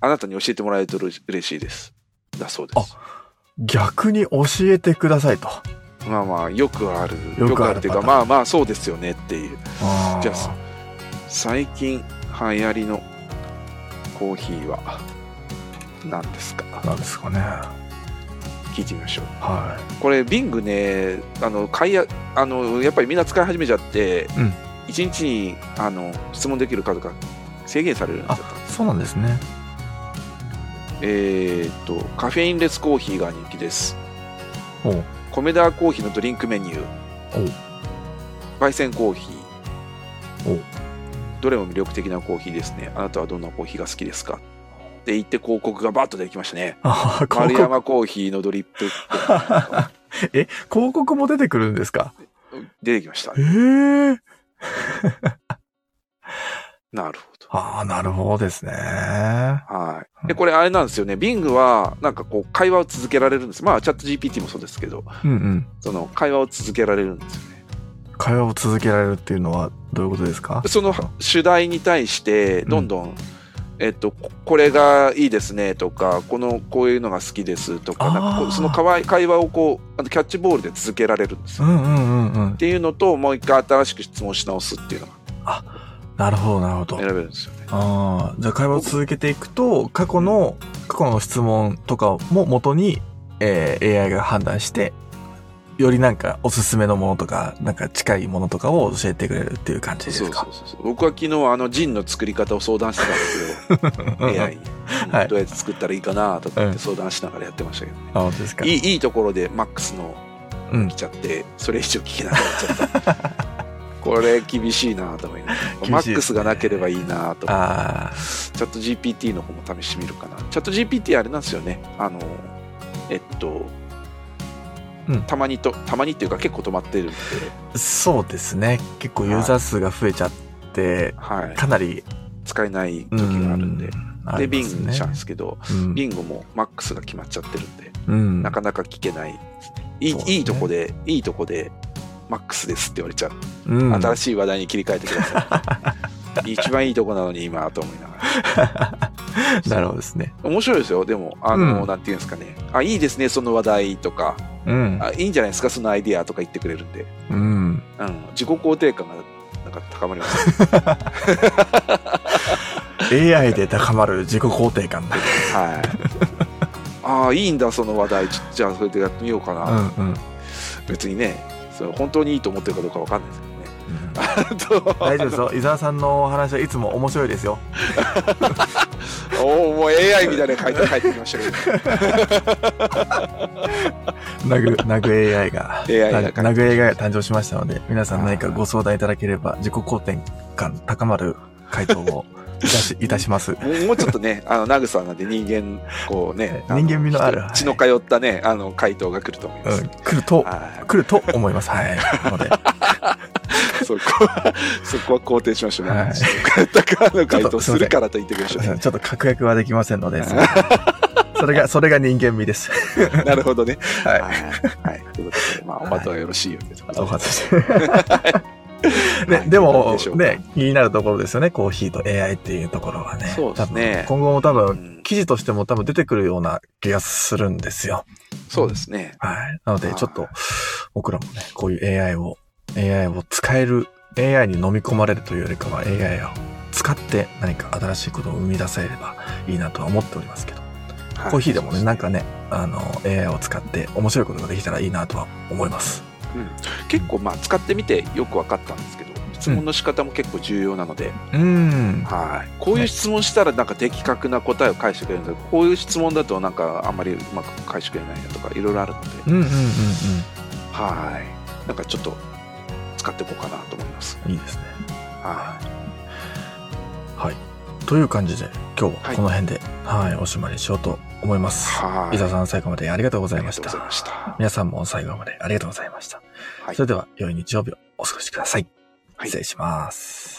[SPEAKER 2] あなたに教えてもらえると嬉しいです。だそうです。
[SPEAKER 1] 逆に教えてくださいと
[SPEAKER 2] まあまあ、よくある。
[SPEAKER 1] よく
[SPEAKER 2] よく
[SPEAKER 1] ある
[SPEAKER 2] あるっていうか、
[SPEAKER 1] パターン
[SPEAKER 2] まあまあ、そうですよねっていう。
[SPEAKER 1] あー
[SPEAKER 2] じゃあ最近流行りのコーヒーは何ですか
[SPEAKER 1] なんですかね
[SPEAKER 2] 聞いてみましょう
[SPEAKER 1] は
[SPEAKER 2] これビングねあの買いやあのやっぱりみんな使い始めちゃって、
[SPEAKER 1] うん
[SPEAKER 2] 一1日にあの質問できる数が制限されるようになっちゃった
[SPEAKER 1] いそうなんですね
[SPEAKER 2] えーっとカフェインレスコーヒーが人気です
[SPEAKER 1] おう
[SPEAKER 2] コメダコーヒーのドリンクメニュ
[SPEAKER 1] おう
[SPEAKER 2] ー焙煎コーヒー
[SPEAKER 1] おう
[SPEAKER 2] どれも魅力的なコーヒーですねあなたはどんなコーヒーが好きですかって言って広告がバッと出てきましたね
[SPEAKER 1] あー広
[SPEAKER 2] 丸
[SPEAKER 1] 告
[SPEAKER 2] 山コーヒーのドリッ プ
[SPEAKER 1] え広告 も出てくるんですか
[SPEAKER 2] 出てきました
[SPEAKER 1] ええー、
[SPEAKER 2] なるほど
[SPEAKER 1] ああなるほどですね
[SPEAKER 2] はいでこれあれなんですよね Bing はなんかこう会話を続けられるんですまあチャット GPT もそうですけど
[SPEAKER 1] うんうん
[SPEAKER 2] その会話を続けられるんですよね
[SPEAKER 1] 会話を続けられるっていうのはどういうことですか
[SPEAKER 2] その主題に対してどんどん、えっと、ここれがいいですねとかこのこういうのが好きですと
[SPEAKER 1] あ
[SPEAKER 2] か
[SPEAKER 1] ー
[SPEAKER 2] なんかこうそのかわい会話をこうあのキャッチボールで続けられるんです
[SPEAKER 1] う
[SPEAKER 2] よ、
[SPEAKER 1] んうんうんうん
[SPEAKER 2] っていうのともう一回新しく質問し直すっていうのが
[SPEAKER 1] なるほど、なるほど
[SPEAKER 2] 選。べるんですよね。
[SPEAKER 1] ああ、じゃあ会話を続けていくと、過去の、過去の質問とかも元に、えー AI が判断して、よりなんかおすすめのものとか、なんか近いものとかを教えてくれるっていう感じです
[SPEAKER 2] そうそ
[SPEAKER 1] か
[SPEAKER 2] う。そうそう。僕は昨日あのジンの作り方を相談してたんですけど。AI に、
[SPEAKER 1] はい
[SPEAKER 2] どうやって作ったらいいかなとか
[SPEAKER 1] う
[SPEAKER 2] っ
[SPEAKER 1] ん
[SPEAKER 2] て相談しながらやってましたけど、
[SPEAKER 1] あ本当ですか。
[SPEAKER 2] いいいいところでマックスの
[SPEAKER 1] うん
[SPEAKER 2] 来。ちゃってそれ以上聞けなくなっちゃった これ厳しいなと思いなが
[SPEAKER 1] 厳しいです
[SPEAKER 2] ら
[SPEAKER 1] ね
[SPEAKER 2] マックスがなければいいなとか
[SPEAKER 1] ああ、
[SPEAKER 2] チャット GPT の方も試してみるかなチャット GPT あれなんですよねあのえっと、
[SPEAKER 1] うん
[SPEAKER 2] たまにとたまにっていうか結構止まってるんで、
[SPEAKER 1] そうですね。結構ユーザー数が増えちゃって、
[SPEAKER 2] はい、
[SPEAKER 1] かなり、
[SPEAKER 2] 使えない時
[SPEAKER 1] うん
[SPEAKER 2] があるんで、
[SPEAKER 1] あ
[SPEAKER 2] で
[SPEAKER 1] り
[SPEAKER 2] ビ
[SPEAKER 1] ます
[SPEAKER 2] ング
[SPEAKER 1] ね
[SPEAKER 2] したんですけど、
[SPEAKER 1] うん
[SPEAKER 2] ビングもマックスが決まっちゃってるんで
[SPEAKER 1] うん
[SPEAKER 2] なかなか聞けない。いい,、
[SPEAKER 1] そうですね
[SPEAKER 2] いいとこで、いいとこで、マックスですって言われちゃう。
[SPEAKER 1] うん
[SPEAKER 2] 新しい話題に切り替えてくださ い。一番いいとこなのに今、と思いなが
[SPEAKER 1] なるほどですね。
[SPEAKER 2] ら。面白いですよ、でも、あの、
[SPEAKER 1] うん
[SPEAKER 2] なんていうんですかね。あ、いいですね、その話題とか、
[SPEAKER 1] うん。
[SPEAKER 2] あいいんじゃないですか、そのアイディアとか言ってくれるんで、
[SPEAKER 1] うん。
[SPEAKER 2] うん、自己肯定感がなんか高ま りますね。
[SPEAKER 1] AI で高まる自己肯定感だ。
[SPEAKER 2] はい。ああ、いいんだ、その話題。ちょじゃあ、それでやってみようか
[SPEAKER 1] う
[SPEAKER 2] な。
[SPEAKER 1] んうん。
[SPEAKER 2] 別にね、それ本当にいいと思ってるかどうかわかんないですけどね。
[SPEAKER 1] 大丈夫ですよ。伊沢さんのお話はいつも面白いですよ。
[SPEAKER 2] おおもう AI みたいな回答返ってきましたけ
[SPEAKER 1] ナグ、ナグ AI が。
[SPEAKER 2] AI が
[SPEAKER 1] ナグ AI が誕生しましたので、皆さん何かご相談いただければ、自己肯定感高まる回答をいたし、いたします。
[SPEAKER 2] どもうもうちょっとね あのナグさんなんで人間こうね
[SPEAKER 1] 人間味のある
[SPEAKER 2] 血の通ったねあの回答が来ると思いま
[SPEAKER 1] う
[SPEAKER 2] す、
[SPEAKER 1] ん。来ると、
[SPEAKER 2] は
[SPEAKER 1] 来ると思います。はい。なので、
[SPEAKER 2] い、そこは そこは肯定しましょうね、
[SPEAKER 1] はい
[SPEAKER 2] だからの回答するからと言ってくだ
[SPEAKER 1] すい
[SPEAKER 2] さ
[SPEAKER 1] ま せ
[SPEAKER 2] い
[SPEAKER 1] んちょっと確約はできませんので、すいませんそれが、それが人間味です。
[SPEAKER 2] なるほどね
[SPEAKER 1] はい
[SPEAKER 2] い、はいということでまあお待はよろしいようでということ
[SPEAKER 1] お
[SPEAKER 2] で
[SPEAKER 1] 待たせ。 ね、
[SPEAKER 2] はい
[SPEAKER 1] で
[SPEAKER 2] いかが
[SPEAKER 1] も
[SPEAKER 2] でしょうか
[SPEAKER 1] ね、気になるところですよね、コーヒーと AI っていうところはね。
[SPEAKER 2] そうです
[SPEAKER 1] 多分
[SPEAKER 2] ね
[SPEAKER 1] 今後も多
[SPEAKER 2] う
[SPEAKER 1] 分、
[SPEAKER 2] ん
[SPEAKER 1] 記事としても多分出てくるような気がするんですよ。
[SPEAKER 2] そうですね
[SPEAKER 1] はい。なの
[SPEAKER 2] は
[SPEAKER 1] で、
[SPEAKER 2] い
[SPEAKER 1] ちょっと、僕らもね、こういう AI を、AI を使える、AI に飲み込まれるというよりかは、AI を使って何か新しいことを生み出せればいいなとは思っておりますけど、
[SPEAKER 2] はい
[SPEAKER 1] コーヒーでも
[SPEAKER 2] そう
[SPEAKER 1] ね、なんかね、あの、AI を使って面白いことができたらいいなとは思います。
[SPEAKER 2] 結構まあ使ってみてよく分かったんですけど質問の仕方も結構重要なので、
[SPEAKER 1] うん。
[SPEAKER 2] はい、こういう質問したらなんか的確な答えを返してくれるんだけどこういう質問だとなんかあんまりうまく返してくれないなとかいろいろあるので、
[SPEAKER 1] うんうんうん
[SPEAKER 2] はいなんかちょっと使っていこうかなと思います。
[SPEAKER 1] うん。いいですね。
[SPEAKER 2] は
[SPEAKER 1] はい。という感じで、今日ははいこの辺で、はい、おしまいにしようと思いま
[SPEAKER 2] い、
[SPEAKER 1] す。
[SPEAKER 2] はい
[SPEAKER 1] 伊沢さん、最後までありがとうござ
[SPEAKER 2] あ
[SPEAKER 1] い
[SPEAKER 2] り
[SPEAKER 1] ま
[SPEAKER 2] が
[SPEAKER 1] し
[SPEAKER 2] とうご
[SPEAKER 1] た
[SPEAKER 2] ざい。ました。は
[SPEAKER 1] 皆さんも最後までありがとうございました。
[SPEAKER 2] い
[SPEAKER 1] それでは、良い日曜日をお過ごしください。
[SPEAKER 2] はい
[SPEAKER 1] 失礼します。